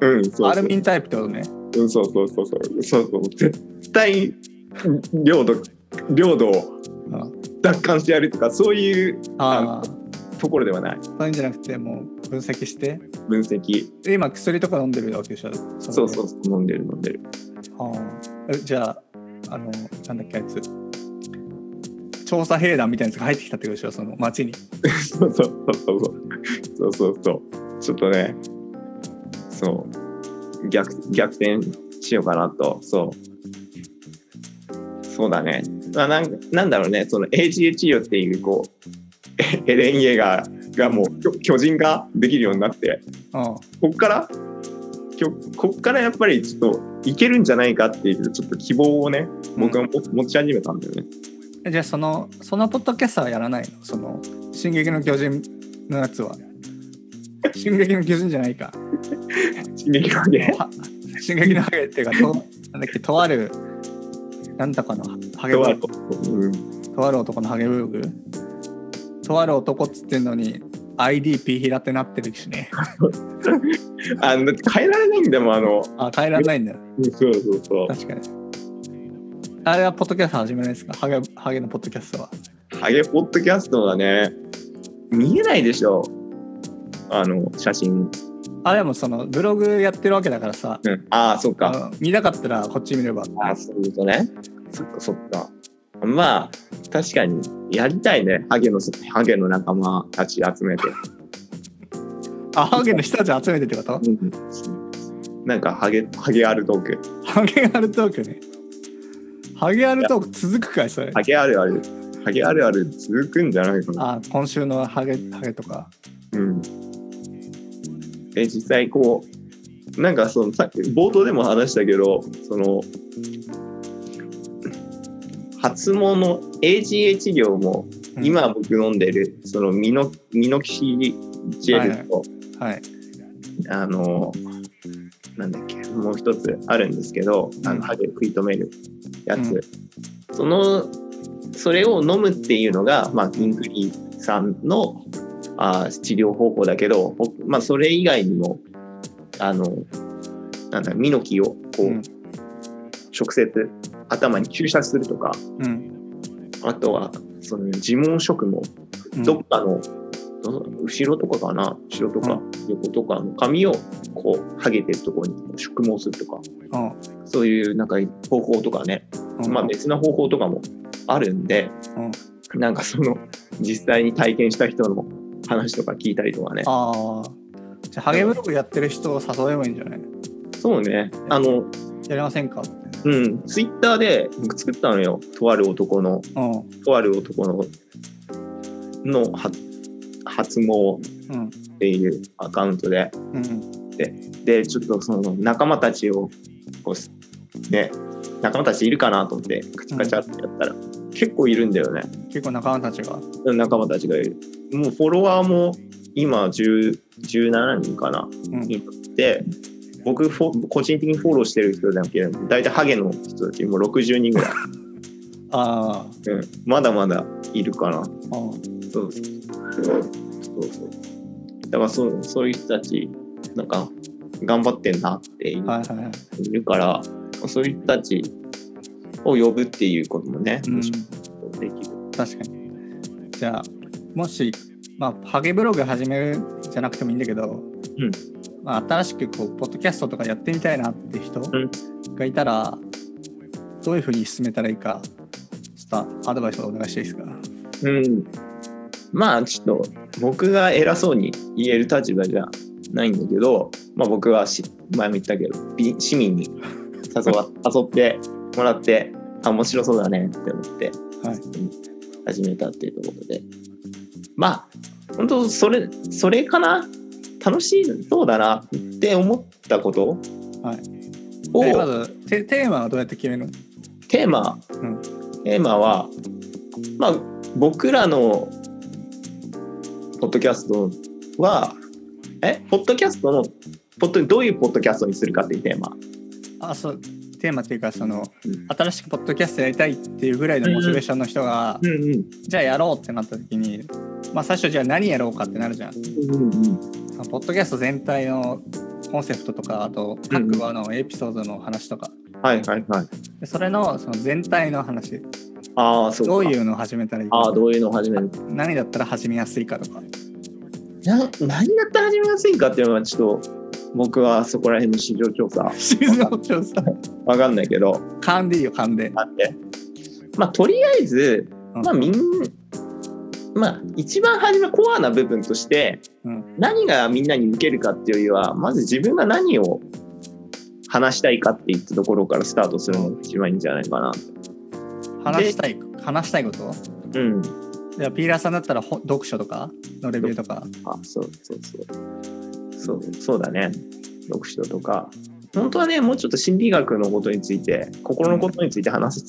A: うん、そうそう
B: アルミンタイプってことね。
A: うん、そうそうそうそう、そうそう、絶対、領土、領土を
B: うん。
A: 奪還してやるとかそういう
B: ああ
A: ところではない
B: そういうんじゃなくてもう分析して
A: 分析
B: で今薬とか飲んでるわけでしょ
A: そうそううそう飲んでる飲んでる
B: ああえじゃああのなんだっけあいつ調査兵団みたいなやつが入ってきたってことでしょその町に
A: そうそうそうそうそうそうそうちょっとねそう逆逆転しようかなとそうそうだね、まあ、なんなんだろうねその AGH よっていうこう エレン・イェガーがもう巨巨人ができるようになって
B: あ
A: こっからきょこっからやっぱりちょっといけるんじゃないかっていうちょっと希望をね僕はも持ち始めたんだよね。
B: あじゃあそのそのポッドキャストはやらないのその「進撃の巨人」のやつは「進撃の巨人」じゃないか
A: 進撃のね
B: は進撃のハゲっていうかとなんだっけとあるなんだかのハゲブ
A: とあ
B: ロ
A: る
B: グ
A: うん
B: とある男のハゲブログとある男っつってんのに IDP 平ってなってるしね
A: あのだって変えられないんだもんあの
B: あ変えられないんだよ
A: そうそうそう
B: 確かにあれはポッドキャスト始めないですかハゲハゲのポッドキャストは
A: ハゲポッドキャストはね見えないでしょあの写真、
B: あでもそのブログやってるわけだからさ
A: うん、ああそっか
B: あの見なかったらこっち見れば
A: ああそういうことねそっかそっかまあ確かにやりたいねハゲのハゲの仲間たち集めて、
B: あハゲの人たち集めてってこと
A: なんかハゲハゲあるトーク
B: ハゲあるトークねハゲあるトーク続くかいそれ
A: ハゲあるあるハゲあるある続くんじゃないかな
B: あ今週のハゲハゲとか
A: うん、え実際こうなんかそのさっき冒頭でも話したけどその発毛の AGH 量も
B: うん
A: 今僕飲んでる、そのミノミノキシジェルと、
B: はい
A: あのなんだっけもう一つあるんですけど、あ
B: うん
A: の歯で食い止めるやつ、そのそれを飲むっていうのが、まあ、ギンクリーさんのあー治療方法だけど、ほまあ、それ以外にもあのなんだミノキをこう、
B: うん
A: 直接頭に注射するとか
B: うん
A: あとはその自毛植毛
B: うん
A: どっかの、どの後ろとかかな後ろとか横とかの髪をこう剥げてるところに縮毛するとか
B: うん
A: そういうなんか方法とかね、
B: うん
A: まあ、別な方法とかもあるんで、なんかその実際に体験した人の話とか聞いたりとかね
B: ああじゃあハゲブログやってる人を誘えばいいんじゃない
A: そうねあの
B: やりませんかって
A: うんツイッターで僕作ったのよとある男の
B: うん
A: とある男のの発発毛
B: うん
A: っていうアカウントで
B: うん
A: でちょっとその仲間たちをこうね仲間たちいるかなと思ってカチャカチャってやったら、結構いるんだよね
B: 結構仲間たちが
A: 仲間たちがいるもうフォロワーも今10 17人かな
B: うん
A: いて僕フォ個人的にフォローしてる人だけでも大体ハゲの人たちもう60人ぐ らい、
B: あー
A: うん、まだまだいるかな
B: あー
A: そうそうそうそうだからそうそういう人たちなんか頑張ってんなっていう
B: はいはいはい
A: いるからそういう人たちを呼ぶっていうこともね、
B: うん
A: できる
B: 確かにじゃあもしまあハゲブログ始めるじゃなくてもいいんだけど、
A: うん
B: まあ、新しくこうポッドキャストとかやってみたいなって人
A: ん
B: がいたら、どういうふうに進めたらいいかちょっとアドバイスをお願いしていいですか
A: うんまあちょっと僕が偉そうに言える立場じゃないんだけど、まあ、僕はし前も言ったけどび市民に誘 わ誘ってもらってあ面白そうだねって思って、
B: はい
A: 始めたっていうところでまあ本当それそれかな楽しそうだなって思ったことを、
B: はいえまずテテーマはどうやって決めるの
A: テーマ、
B: うん
A: テーマは、まあ、僕らのポッドキャストは、え、ポッドキャストの、ポッドどういうポッドキャストにするかっていうテーマ。
B: あそうテーマっていうかそ
A: う
B: の、
A: ん
B: 新しくポッドキャストやりたいっていうぐらいのモチベーションの人が、
A: うんうん。
B: じゃあやろうってなった時に、まあ、最初じゃあ何やろうかってなるじゃん
A: うんうん、
B: そのポッドキャスト全体のコンセプトとかあと各話のエピソードの話とか、
A: はいはいはい。
B: でそれのその全体の話
A: ああ、そうか。
B: どういうのを始めたらいい
A: あ
B: か
A: あ、どういうのを始める
B: 何だったら始めやすいかと か
A: な何だったら始めやすいかっていうのはちょっと僕はそこら辺の市場調査
B: シーズン調査
A: わかんないけど
B: 勘でいいよ勘で
A: あってまあとりあえず
B: うん
A: まあみんまあ一番初めコアな部分として
B: うん
A: 何がみんなに受けるかっていうよりはまず自分が何を話したいかっていったところからスタートするのが一番いいんじゃないかな。
B: 話したい話したいこと
A: うん。
B: じゃあピーラーさんだったらほ読書とかのレビューとか
A: あ、そうそうそう。そう、そうだね。読書とか。本当はね、もうちょっと心理学のことについて、心のことについて話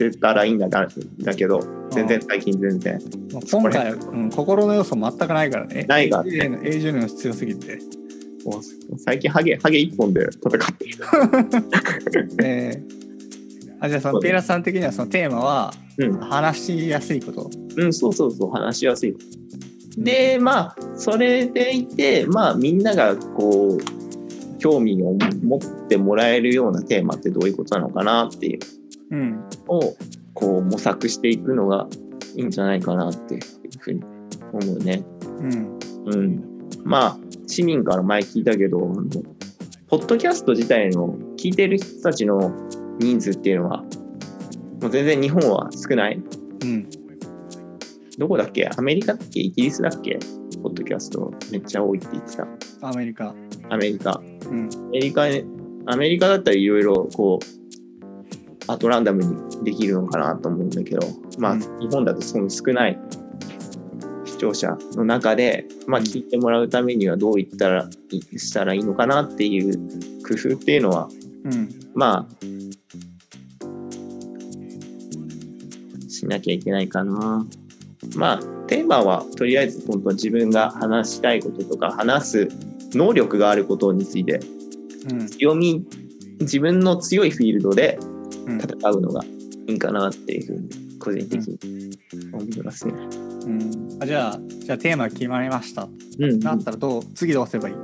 A: せたらいいんだがだけど、全然最近全然
B: もう今回、うん、心の要素全くないからね
A: ないがあっ
B: AJ
A: て、
B: の AJ の必要すぎて、
A: もう最近ハゲ、ハゲ一本で戦ってる。
B: えー、あじゃあそのピーラーさん的にはそのテーマは
A: うん、
B: 話しやすいこと
A: うん、そうそうそう、話しやすい。で、まあ、それでいて、まあ、みんながこう、興味を持ってもらえるようなテーマってどういうことなのかなっていう。
B: うん
A: をこう模索していくのがいいんじゃないかなっていうふうに思うね。
B: うん
A: うん、まあ市民から前聞いたけどあのポッドキャスト自体の聞いてる人たちの人数っていうのはもう全然日本は少ない。
B: うん
A: どこだっけアメリカだっけイギリスだっけポッドキャストめっちゃ多いって言ってた。
B: アメリカ
A: アメリカ。
B: うん
A: アメリカね、アメリカだったらいろいろこう、アトランダムにできるのかなと思うんだけど、まあ、
B: うん
A: 日本だとその少ない視聴者の中で、まあ、
B: うん
A: 聞いてもらうためにはどういったらいい、したらいいのかなっていう工夫っていうのは、
B: うん
A: まあ、しなきゃいけないかな。まあ、テーマはとりあえず本当は自分が話したいこととか話す能力があることについて
B: うん
A: 強み自分の強いフィールドで
B: うん
A: 戦うのがいいかなっていうふうに個人的に思いますね。
B: うんあじゃあじゃあテーマ決まりました
A: うん、
B: なったらどう次どうすればいい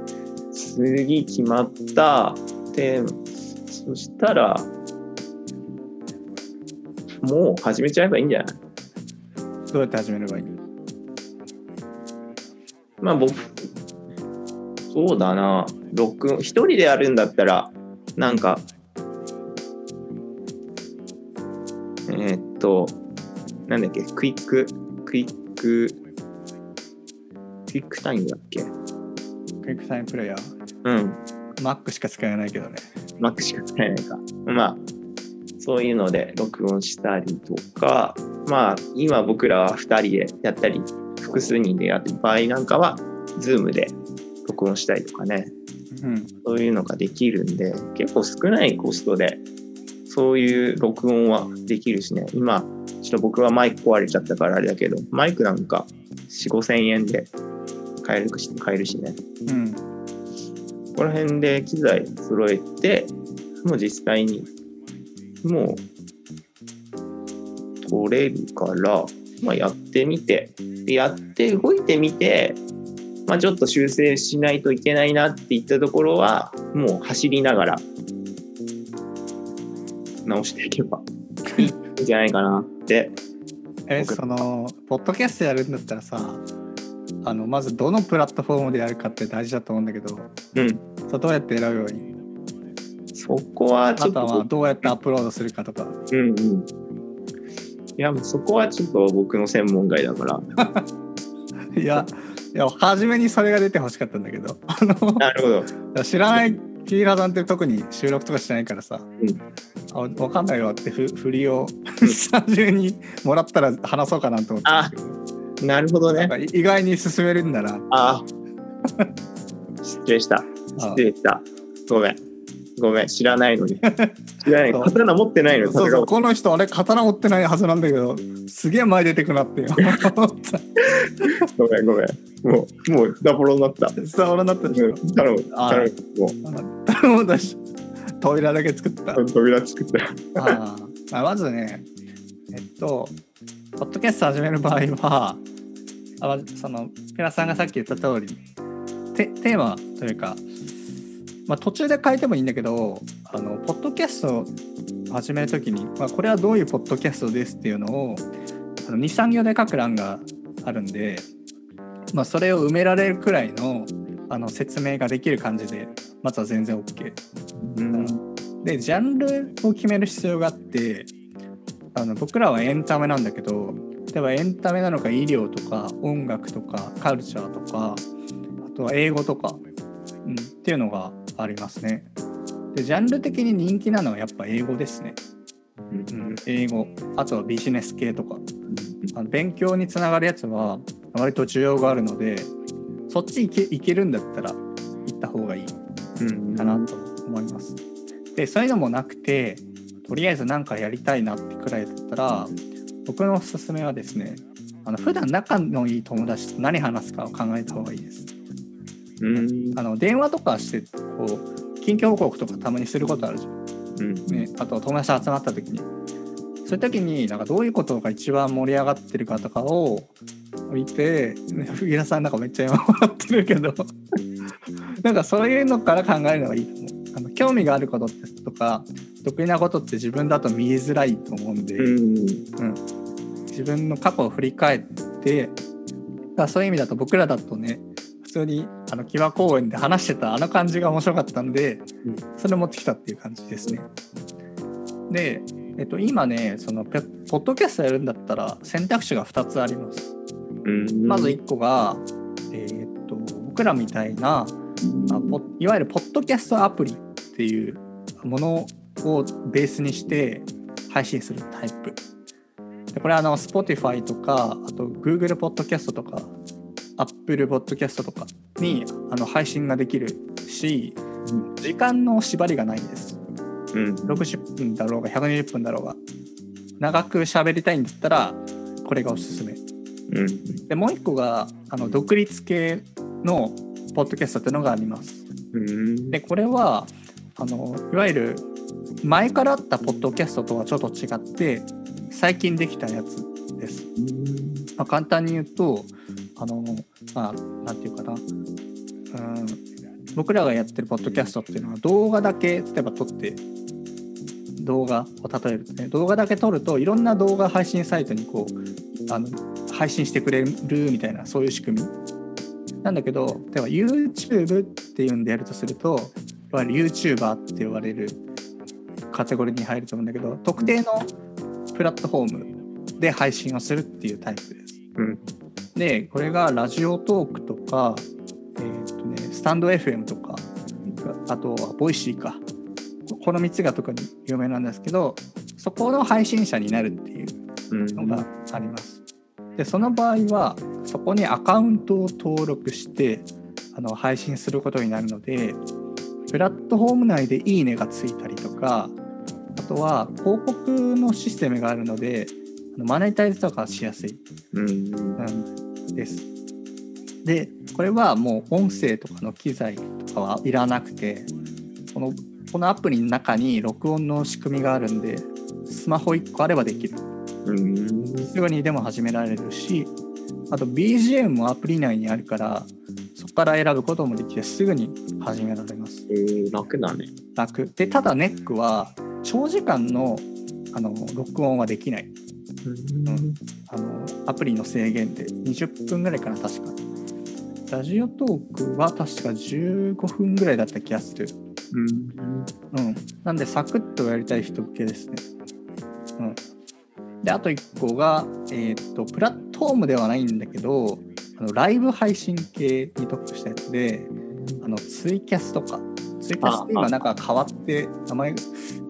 A: 次決まったテーマそしたらもう始めちゃえばいいんじゃない
B: どうやって始めればいい
A: まあ僕そうだな録音一人でやるんだったらなんかえーっとなんだっけクイッククイッククイックタイムだっけ
B: クイックタイムプレイヤー
A: うん
B: マックしか使えないけどね
A: マックしか使えないかまあそういうので録音したりとかまあ今僕らは2人でやったり複数人でやってる場合なんかは Zoom で録音したりとかね
B: うん
A: そういうのができるんで、結構少ないコストで、そういう録音はできるしね。今、ちょっと僕はマイク壊れちゃったからあれだけど、マイクなんか4、5千円で買えるし、買えるしね。
B: うん
A: ここら辺で機材揃えて、もう実際に、もう、取れるから、まあ、やってみて、でやって動いてみて、まあ、ちょっと修正しないといけないなっていったところは、もう走りながら、直していけばいいんじゃないかなって。
B: え
A: 僕
B: そのポッドキャストやるんだったらさあのまずどのプラットフォームでやるかって大事だと思うんだけど
A: うん。
B: そうどうやって選ぶように
A: そこは
B: あ
A: ちょっ
B: と
A: と
B: はどうやってアップロードするかとか
A: うんうん。いや、もうそこはちょっと僕の専門外だから。
B: いやいや初めにそれが出てほしかったんだけどあの
A: なるほど。
B: 知らないピーラーさんって特に収録とかしてないからさ、あわかんないわってふ振りを 初めにもらったら話そうかなと思って
A: あ、なるほどね
B: なん。か意外に進めるんだな
A: ああ。失礼した。
B: あ
A: 失礼した。ごめん。ごめん。知らないのに。知らない。
B: そう
A: 刀持ってないのに。
B: そうそう
A: 刀
B: この人あれ刀持ってないはずなんだけどすげえ前出てくなって思った
A: ごめん、ごめん。もう、もう、ダボロになった。
B: さあ俺になった
A: うん
B: でしょ
A: 頼む。頼む。
B: ああ
A: も
B: 頼んだし扉だけ作った
A: う、扉作った。
B: あーまあまずねえっとポッドキャスト始める場合はあまずそのペラさんがさっき言った通りテテーマというか、まあ、途中で変えてもいいんだけどあのポッドキャスト始めるときに、まあ、これはどういうポッドキャストですっていうのをあの23行で書く欄があるんで、まあ、それを埋められるくらいのあの説明ができる感じでまずは全然 OK
A: うん
B: でジャンルを決める必要があってあの僕らはエンタメなんだけど例えばエンタメなのか医療とか音楽とかカルチャーとかあとは英語とか、うん、っていうのがありますねでジャンル的に人気なのはやっぱ英語ですね、うん、英語あとはビジネス系とかあの勉強につながるやつは割と需要があるのでそっち行け行けるんだったら行った方がいい
A: うん
B: かなと思います。でそういうのもなくてとりあえず何かやりたいなってくらいだったら僕のおすすめはですねあの普段仲のいい友達と何話すかを考えた方がいいです。
A: うん
B: あの電話とかしてこう近況報告とかたまにすることあるじゃん。
A: うん
B: ね、あと友達と集まった時にそういう時になんかどういうことが一番盛り上がってるかとかを見て藤原さんなんかめっちゃ今笑ってるけど なんかそういうのから考えるのがいいと思うあの興味があることってとか得意なことって自分だと見えづらいと思うんで、
A: うん
B: 自分の過去を振り返ってだからそういう意味だと僕らだとね普通にあの木場公園で話してたあの感じが面白かったんで、
A: うん
B: それを持ってきたっていう感じですね。で、えっと、今ねそのペポッドキャストやるんだったら選択肢が2つあります。
A: うん
B: まず1個が、えーっと僕らみたいなあポいわゆるポッドキャストアプリっていうものをベースにして配信するタイプ。でこれはあの Spotify とかあと Google ポッドキャストとか Apple ポッドキャストとかにあの配信ができるし
A: うん
B: 時間の縛りがないんです。
A: うん
B: 60分だろうが120分だろうが長く喋りたいんだったらこれがおすすめ。
A: うん
B: でもう一個があの独立系のポッドキャストっていうのがあります。
A: うん
B: でこれはあのいわゆる前からあったポッドキャストとはちょっと違って最近できたやつです。まあ、簡単に言うとあのまあなんていうかなうん僕らがやってるポッドキャストっていうのは動画だけ例えば撮って動画を例えるとね動画だけ撮るといろんな動画配信サイトにこうあの配信してくれるみたいなそういう仕組みなんだけど例えば YouTube っていうんでやるとするといわゆる YouTuber って呼ばれるカテゴリーに入ると思うんだけど特定のプラットフォームで配信をするっていうタイプです。
A: うん
B: でこれがラジオトークとか、えーっとね、スタンド FM とかあとはボイシーかこの3つが特に有名なんですけどそこの配信者になるっていう
A: うん
B: のがあります。でその場合はそこにアカウントを登録してあの配信することになるのでプラットフォーム内で「いいね」がついたりとかあとは広告のシステムがあるのであのマネタイズとかしやすい
A: うん
B: うんです。でこれはもう音声とかの機材とかはいらなくてこのこのアプリの中に録音の仕組みがあるんでスマホ1個あればできる
A: うん
B: すぐにでも始められるしあと BGM もアプリ内にあるからそこから選ぶこともできてすぐに始められます。
A: えー楽だね
B: 楽でただネックは長時間のあの録音はできないうんあのアプリの制限で20分ぐらいかな確かラジオトークは確か15分ぐらいだった気がする
A: うん
B: うんなんでサクッとやりたい人向けですねうんであと1個がえーっとプラットフォームではないんだけどあのライブ配信系に特化したやつであのツイキャスとかツイキャスって今なんか変わって名前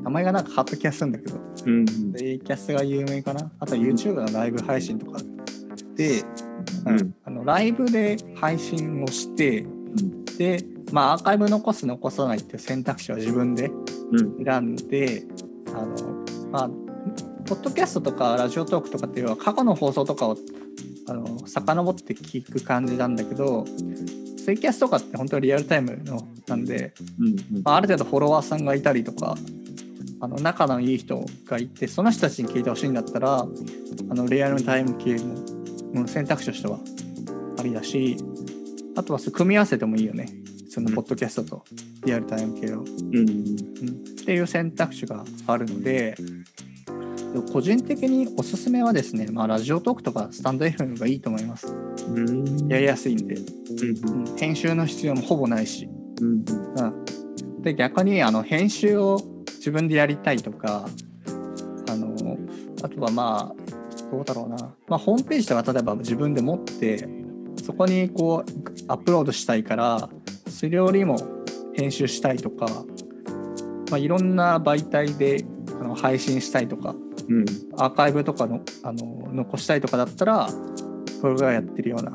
B: 名前がなんか変わった気がするんだけど
A: うん
B: ツイキャスが有名かなあとは YouTube のライブ配信とかで、
A: うん
B: あのライブで配信をして、で、まあ、アーカイブ残す残さないっていう選択肢は自分で
A: うん
B: 選んであの、まあ、ポッドキャストとかラジオトークとかっていうのは過去の放送とかをあの遡って聞く感じなんだけどツイキャスとかって本当にリアルタイムのなんで、
A: うん
B: まあ、ある程度フォロワーさんがいたりとかあの仲のいい人がいてその人たちに聞いてほしいんだったらあのリアルタイム系もうん選択肢としてはありだしあとはそう組み合わせてもいいよねそのポッドキャストとリアルタイム系を、
A: うん。
B: うんっていう選択肢があるのでで個人的におすすめはですね、まあ、ラジオトークとかスタンド FM がいいと思います
A: うん。
B: やりやすいんで、
A: うん。
B: うん編集の必要もほぼないし、
A: うん。
B: うん、で逆にあの編集を自分でやりたいとかあのあとはまあどうだろうな、まあ、ホームページとか例えば自分で持ってそこにこうアップロードしたいからそれよりも編集したいとか、まあ、いろんな媒体であの配信したいとか
A: うん。
B: アーカイブとかのあの残したいとかだったら僕がやってるような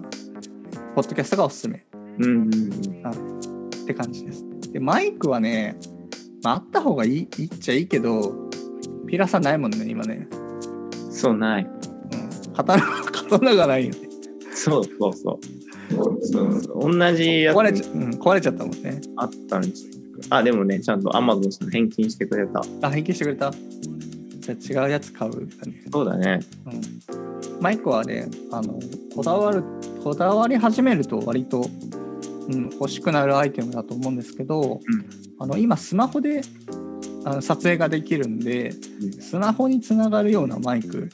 B: ポッドキャストがおすすめ
A: うん。
B: って感じです。でマイクはね、まあ、あった方がいいいいっちゃいいけどピラさんないもんね今ね、
A: そうない。
B: うん、 刀刀がないよね
A: そうそうそう。そうそう同じや
B: 壊れ
A: つ
B: ちゃ、うん、壊れちゃったもんね
A: あったんですよあ、でもね、ちゃんと Amazon さん返金してくれた。
B: あ返金してくれたじゃあ違うやつ買うだね、
A: そうだね。
B: うん、マイクはねあのこだわるこだわり始めると割と、うん、欲しくなるアイテムだと思うんですけど、
A: うん
B: あの今スマホであの撮影ができるんでスマホにつながるようなマイク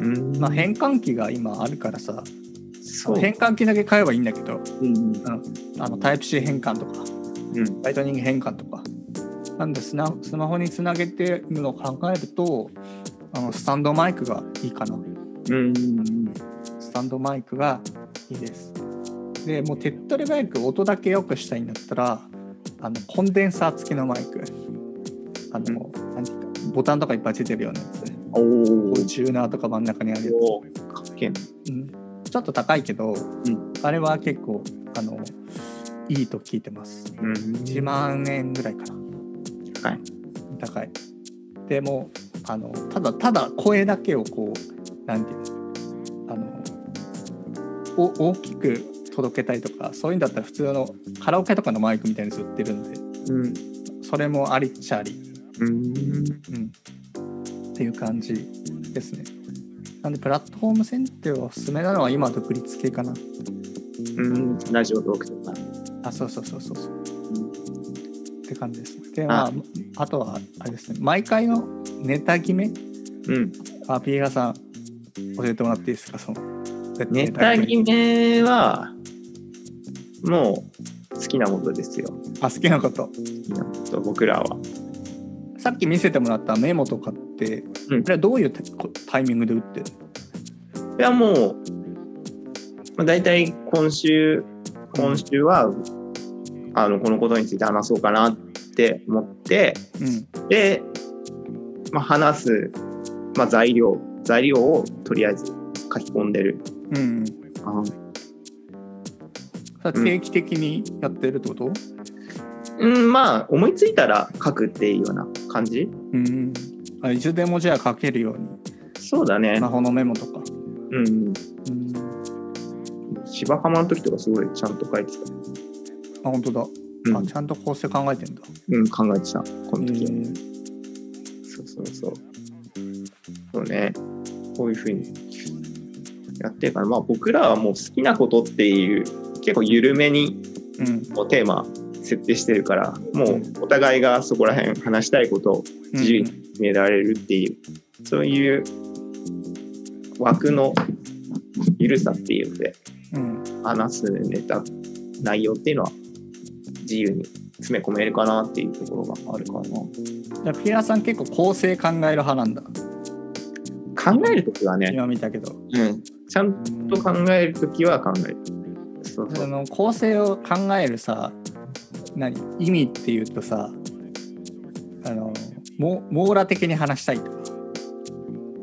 A: うん。
B: まあ、変換器が今あるからさ
A: そう。
B: 変換器だけ買えばいいんだけど
A: うん。
B: あのタイプ C 変換とか
A: うん。
B: ライトニング変換とかなんでスマスマホにつなげてるのを考えるとあのスタンドマイクがいいかな
A: うん。
B: スタンドマイクがいいですでもう手っ取り早く音だけ良くしたいんだったらあのコンデンサー付きのマイクあの、なんていうかボタンとかいっぱいついてるようなやつ
A: おお
B: こういうチューナーとか真ん中にあるやつ
A: おーかっけえな
B: うんちょっと高いけど、
A: ん
B: あれは結構あのいいと聞いてます。
A: うん。
B: 1万円ぐらいかな
A: はい。
B: 高い。でもあのただただ声だけをこうなんていうのあのお大きく届けたいとかそういうんだったら普通のカラオケとかのマイクみたいに売ってるんで
A: うん。
B: それもありっちゃあり、
A: うん。
B: うん、っていう感じですね。なんでプラットフォーム選定はおすすめなのは今独立系かな。
A: うん。ラジオトークとか。
B: あそうそうそうそうそう。って感じですね。で、
A: あ
B: まあ、あとはあれですね、毎回のネタ決め、
A: うん。
B: あ、ピーガさん、教えてもらっていいですか、その
A: ネタ
B: め。
A: 決めは、もう好きなことですよ。
B: あ、好きなこと。
A: 好きなこと、僕らは。
B: さっき見せてもらったメモとかって、
A: うん
B: これはどういうタこタイミングで打ってる
A: いや、もう、まあ、大体今週、今週は、あの、このことについて話そうかなって思って、
B: う
A: で、まあ、話す、まあ、材料、材料をとりあえず書き込んでる。
B: ん。うん、うん。そ
A: あ
B: れは定期的にやってるってこと
A: うん、まあ、思いついたら書くっていうような感じ
B: うん。あいつでもじゃあ書けるように、
A: そうだね
B: ス。マホのメモとか。
A: うん。
B: うん。
A: 芝浜の時とかすごいちゃんと書いてた。
B: あ、本当だ。
A: うん
B: あ、ちゃんと構成考えてんだ。
A: うん、考えてた、この時は。
B: え
A: そうそうそう。そうね。こういうふうにやってるから、まあ僕らはもう好きなことっていう、結構緩めに
B: うん。
A: もうテーマ設定してるから、もう
B: う
A: お互いがそこら辺話したいことを自由に決められるっていう、そういう枠の緩さっていうので、
B: うん。
A: 話すネタ、内容っていうのは自由に詰め込めるかなっていうところがあるかな。
B: じゃあピアさん結構構成考える派なんだ
A: 考えるときはね、
B: 今見たけど
A: うん、ちゃんと考えるときは考える。そうそ。
B: そうの構成を考えるさ何意味っていうとさあのも網羅的に話したいとか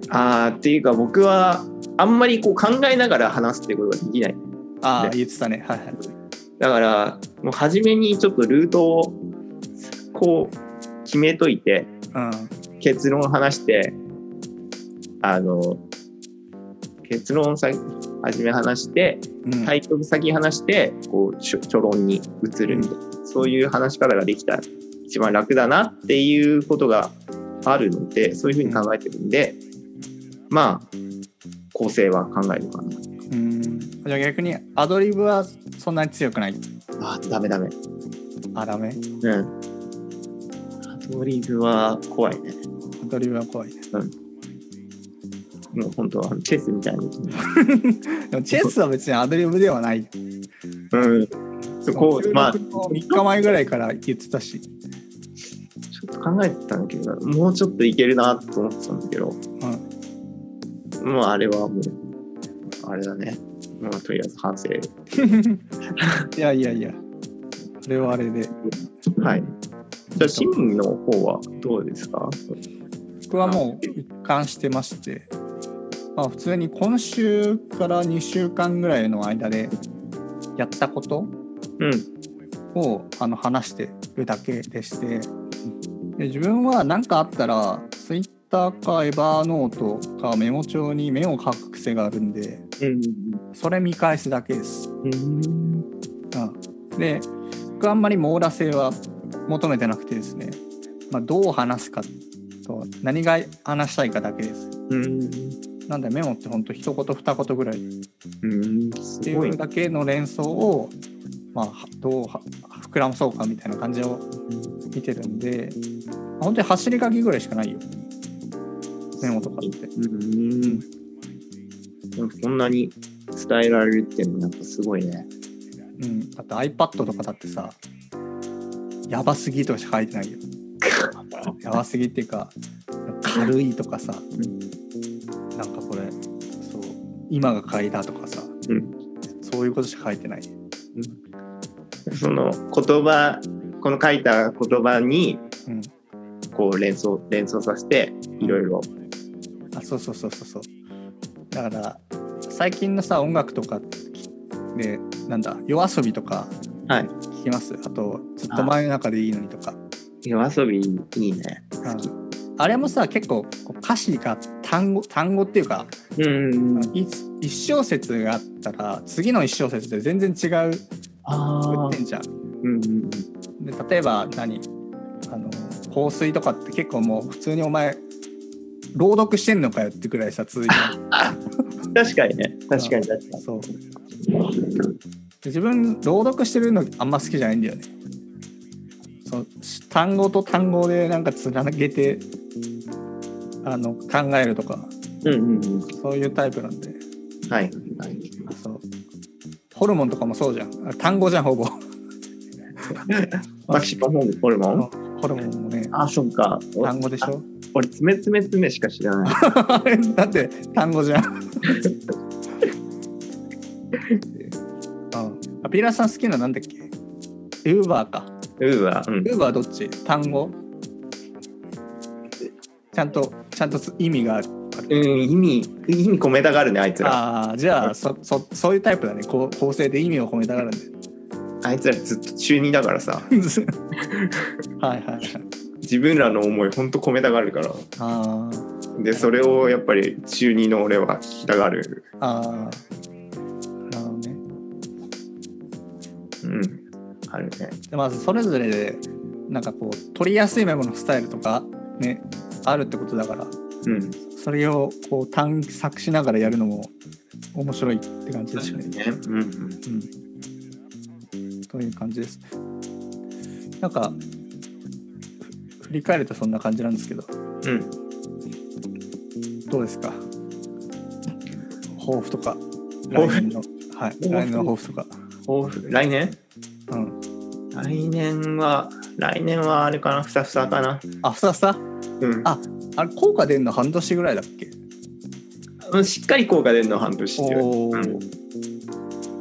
A: ああ、っていうか僕はあんまりこう考えながら話すってことができない。
B: ああ
A: ね
B: 言ってたねはいはい
A: だから、もう初めにちょっとルートをこう決めといて、結論を話して、あの、結論をさ初め話して、
B: うん、うん
A: タイトル先話して、こう、しょ序論に移るみたいな、そういう話し方ができたら一番楽だなっていうことがあるので、そういうふうに考えてるんで、まあ、構成は考えるかな。
B: うんじゃあ逆にアドリブはそんなに強くない
A: あ、ダメダメ。
B: 粗め
A: うん。アドリブは怖いね。
B: アドリブは怖いね
A: もう本当はチェスみ たいに。
B: でもチェスは別にアドリブではない
A: うん。そこ
B: 収、
A: まあ、
B: 録の3日前ぐらいから言ってたし、
A: ちょっと考えてたんだけど、もうちょっといけるなと思ってたんだけど、
B: うん、
A: もうあれはもう、あれだね。まあ、とりあえず反省。
B: いやいやいやあれはあれで
A: はい。じゃあ、市民の方はどうですか
B: 僕はもう一貫してまして、まあ、普通に今週から2週間ぐらいの間でやったこと
A: うん。
B: をあの話してるだけでしてで自分は何かあったら Twitter かエバーノートかメモ帳に目を書く癖があるんで
A: うん。
B: それ見返すだけです。
A: うん。
B: うん、で僕はあんまり網羅性は求めてなくてですね、まあ、どう話すかと何が話したいかだけです
A: うん。
B: なんでメモってほんと一言二言ぐらいっ
A: うん。す
B: てい
A: ごいうね。
B: だけの連想を、まあ、はどうは膨らまそうかみたいな感じを見てるんで本当に走り書きぐらいしかないよメモとかって
A: うん。でも、そんなに伝えられるっていうのもやっぱすごいね。
B: うん、だって iPad とかだってさ、やばすぎとしか書いてないよ。やばすぎっていうか、軽いとかさ、なんかこれ、そう、今が買いだとかさ、
A: うん
B: そういうことしか書いてない。
A: その言葉、この書いた言葉に、
B: うん、
A: こう連想、連想させて、いろいろ。
B: あそうそうそうそうそう。だから、最近のさ、音楽とかで、なんだ、夜遊びとか
A: はい。
B: 聞きます。あと、ずっと前の中でいいのにとか。
A: 夜遊びいいね。
B: うんあれもさ、結構こう歌詞が単語、単語っていうか、
A: うん
B: い一小節があったら次の一小節で全然違う
A: あ
B: 打
A: あ
B: って。んじゃん。
A: うんうん
B: で例えば何あの香水とかって結構もう普通にお前朗読してんのかよってくらいさ続いてる
A: うん。確かにね。確かに確かに。
B: そうで自分朗読してるのあんま好きじゃないんだよね。そうし単語と単語でなんかつなげてあの考えるとか
A: うんうんうん。
B: そういうタイプなんで
A: はい。はい
B: そうホルモンとかもそうじゃんあ単語じゃんほぼ。
A: マキシマムホルモン
B: ホルモンもね、
A: あ、そっか。お
B: 単語でしょ
A: 俺、つめつめつめしか知ら ない。
B: あれだって単語じゃん。うん、あピラさん好きなのなんだっけウーバーか。
A: ウーバー。うん
B: ウ。ーバーどっち単語ちゃんと、ちゃんと意味がある。
A: うん、意味、意味込めたがるね、あいつら。
B: ああ、じゃあそそ、そういうタイプだね。こう構成で意味を込めた がるんで。
A: あいつらずっと中二だからさ、
B: はいはいはい。
A: 自分らの思いほんと込めたがるから。
B: あー
A: で、それをやっぱり中二の俺は聞きたがる。
B: あー、なるほどね。
A: うん。あるね。
B: でまずそれぞれでなんかこう取りやすいメモのスタイルとかねあるってことだから
A: うん。
B: それをこう探索しながらやるのも面白いって感じです
A: 確
B: よ
A: かに。
B: ね
A: ね。うんうん。
B: うん、という感じです。なんかふ振り返るとそんな感じなんですけど
A: うん。
B: どうですか抱負とか
A: 抱
B: 来
A: 負
B: 年の、はい、来年の抱負とか。
A: 抱負来年
B: うん、
A: 来年は、来年はあれかな、ふさふさかな。
B: あふさふさ
A: うん。
B: ああれ効果出るの半年ぐらいだっけ
A: うんしっかり効果出るのは半年っていう。
B: おお、
A: うん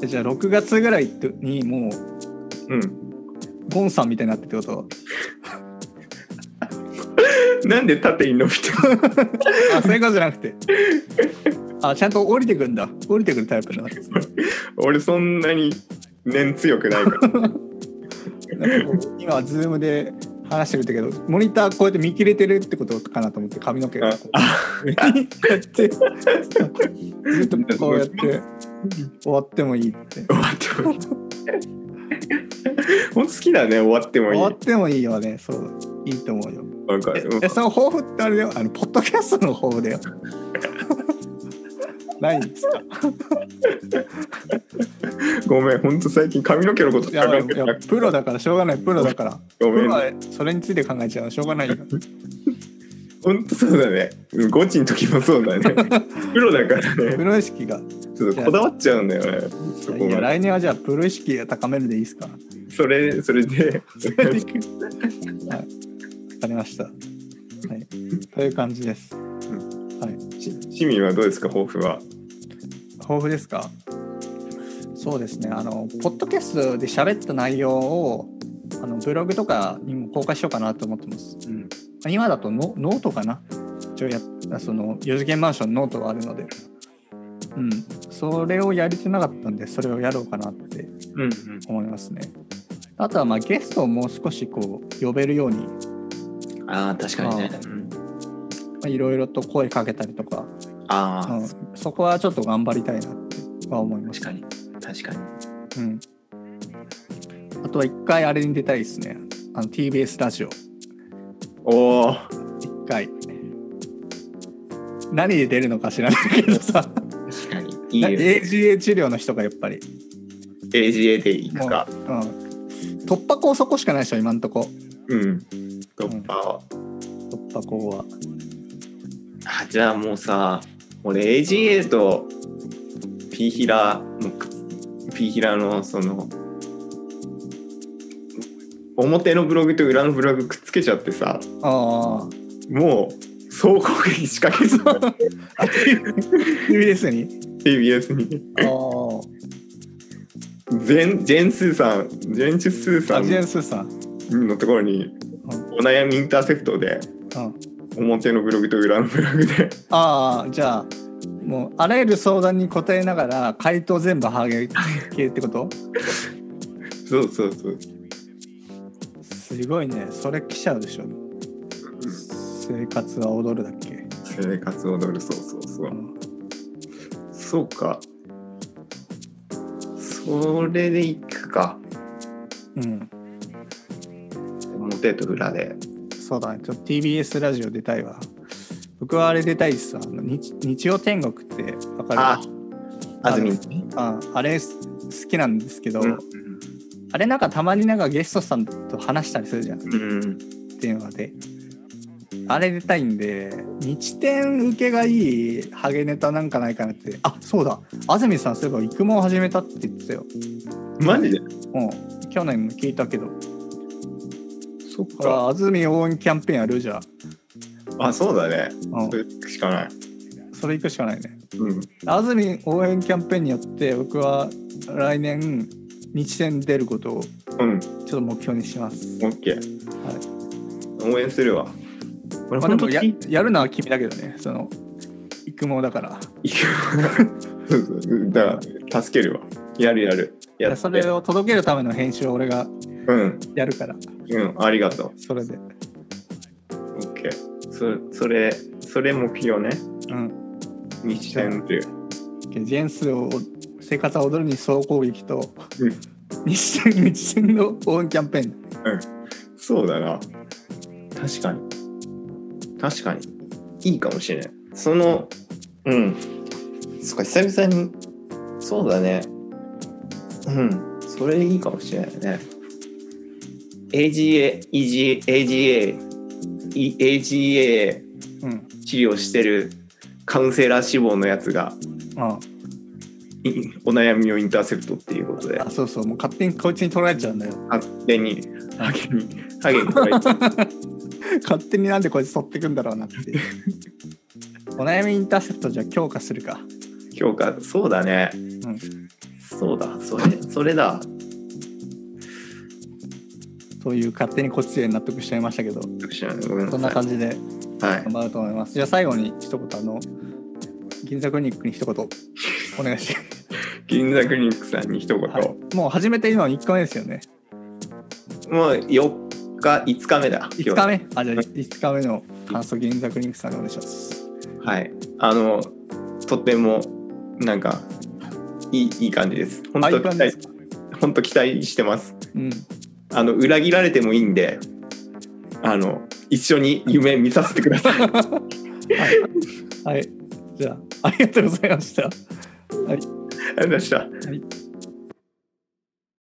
B: えじゃあ6月ぐらいにもう
A: うん。
B: ゴンさんみたいになってってこと
A: なんで縦に伸びた
B: あそういうことじゃなく てあちゃんと降りてくんだ降りてくるタイプなんですね
A: 俺そんなに念強くない から。
B: なんかこう今はズームで話してるんだけどモニターこうやって見切れてるってことかなと思って髪の毛 がこうこうやってずっとこうやって終わってもいいって
A: 終わってもいい。本当好きだね、終わってもい
B: 終
A: い。
B: わってもいいよねそういいと思うよ
A: なんか、うん
B: えその抱負ってあれだよあのポッドキャストの抱負だよ ないんですか
A: ごめん、ほんと最近髪の毛のこと
B: い
A: 考
B: や
A: え
B: い
A: て
B: や
A: なくて
B: プロだからしょうがないプロだから
A: ご
B: プ
A: めん
B: ロ。はそれについて考えちゃうのしょうがな いよ
A: ほんとそうだね。うんゴチの時もそうだ ね。プロだから
B: プ
A: ね。
B: ロ意識が
A: ちょっとこだわっちゃうんだよね。そ
B: い
A: こ
B: や
A: が。
B: 来年はじゃあプロ意識を高めるでいいですか
A: それ、それ で。
B: わかりました。はい、という感じです。はい、
A: し市民はどうですか、抱負は。
B: 豊富ですかそうですね、あの、ポッドキャストで喋った内容を、あのブログとかにも公開しようかなと思ってます。
A: うん
B: 今だとノノートかな一応やその4次元マンションノートはあるので、うん、それをやれてなかったんで、それをやろうかなって
A: うんうん。
B: 思いますね。あとはまあゲストをもう少しこう呼べるように
A: ああ、確
B: かにねまあいろいろと声かけたりとか、
A: あ
B: うん、そこはちょっと頑張りたいなっては思います。
A: かに。確かに。
B: うん、あとは一回あれに出たいですね。あの TBS ラジオ。
A: おお。
B: 一回。何で出るのか知らないけどさ。
A: 確かに。いい
B: な
A: ね。
B: AGA 治療の人がやっぱり。
A: AGA で行
B: も
A: く
B: う
A: か。
B: うん、突破口そこしかないでしょ、今んとこ。
A: うん。突破を。
B: 突破口は。
A: あじゃあもうさ俺 AGA と P ヒラの P ヒラのその表のブログと裏のブログくっつけちゃってさ
B: あ
A: もう総攻撃仕掛けそう
B: あ。TBS に。
A: TBS に
B: あー
A: ジェンジェンスーさんジェンチュスーさ
B: あ。ジェン
A: ん
B: スーさん。うん
A: のところにお悩みインターセプトで
B: うん、
A: 表のブログと裏のブログで
B: ああ、じゃあ。もうあらゆる相談に答えながら回答全部ハゲ系ってこと
A: そうそうそう
B: すごいね。それ来ちゃうでしょ。生活は踊るだっけ、
A: 生活を踊るそうそうそう
B: うん
A: そうか。それで行くか。
B: うん、
A: 表と裏で。
B: そうだね。ちょっと TBS ラジオ出たいわ。僕はあれ出たいっすわあの日日曜天国ってわかる
A: あ
B: あ、
A: 安住ね。
B: ああれす好きなんですけど、
A: うん
B: あれなんかたまになんかゲストさんと話したりするじゃん
A: うん。
B: 電話であれ出たいんで日天受けがいいハゲネタなんかないかなってあそうだ安住さんそういえば育毛始めたって言ってたよ、
A: マジで
B: うん、去年も聞いたけど
A: そっか。
B: あ安住応援キャンペーンやるじゃあ、
A: あ、そうだね。
B: うん
A: それ行くしかない。
B: それ行くしかないね。
A: うん。
B: 安住応援キャンペーンによって僕は来年日戦出ることを
A: うん。
B: ちょっと目標にします。
A: オッケー。応援するわ。俺、
B: まあ、で
A: 本当
B: もや
A: に。
B: やるのは君だけどね、その育毛だから。
A: そうそう。だから、助けるわ。やるやる。やって
B: それを届けるための編集を俺が
A: うん。
B: やるから、
A: うん。ありがとう。
B: それで。
A: オッケー。そそれ、それ目標ね。
B: うん。
A: 日天という。
B: ジェンスを生活は踊るに総攻撃と、
A: うん
B: 日戦日戦の応援キャンペーン。
A: そうだな。確かに。確かに。いいかもしれない。その、うん。そっか、久々に、そうだね。うん。それいいかもしれないね。AGA、EG、AGA、E- AGA
B: うん。
A: 治療してるカウンセラー志望のやつが、
B: あ
A: いお悩みをインターセプトっていうことで
B: あ、、そうそう、もう勝手にこいつに取られちゃうんだよ。
A: 勝手に、ハゲに、ハゲに取られて、
B: 勝手になんでこいつ取ってくんだろうなっていうお悩みインターセプトじゃあ強化するか
A: 評価そうだね、
B: ん
A: そうだそれそれだ
B: という勝手にこっちで納得しちゃいましたけど
A: ごめん
B: そ
A: なんさい
B: な感じで
A: はい
B: 頑張ろうと思いますじゃあ最後に一言あの銀座クリニックに一言お願いします、
A: 銀座クリニックさんに一言、
B: はい、もう始めて今3日目ですよね
A: もう4日5日目だ
B: 5日
A: 目
B: 目あじゃあ5日目の感想銀座クリニックさんでお願いします
A: はいあのとてもなんかいいいい感じです本
B: あい
A: 当
B: い
A: 期
B: 感じで
A: 待
B: すか
A: 本当期待してます
B: うん
A: あの裏切られてもいいんであの一緒に夢見させてください
B: はい、はい、
C: じゃあ、ありがとうございました。
B: ありがとうございました。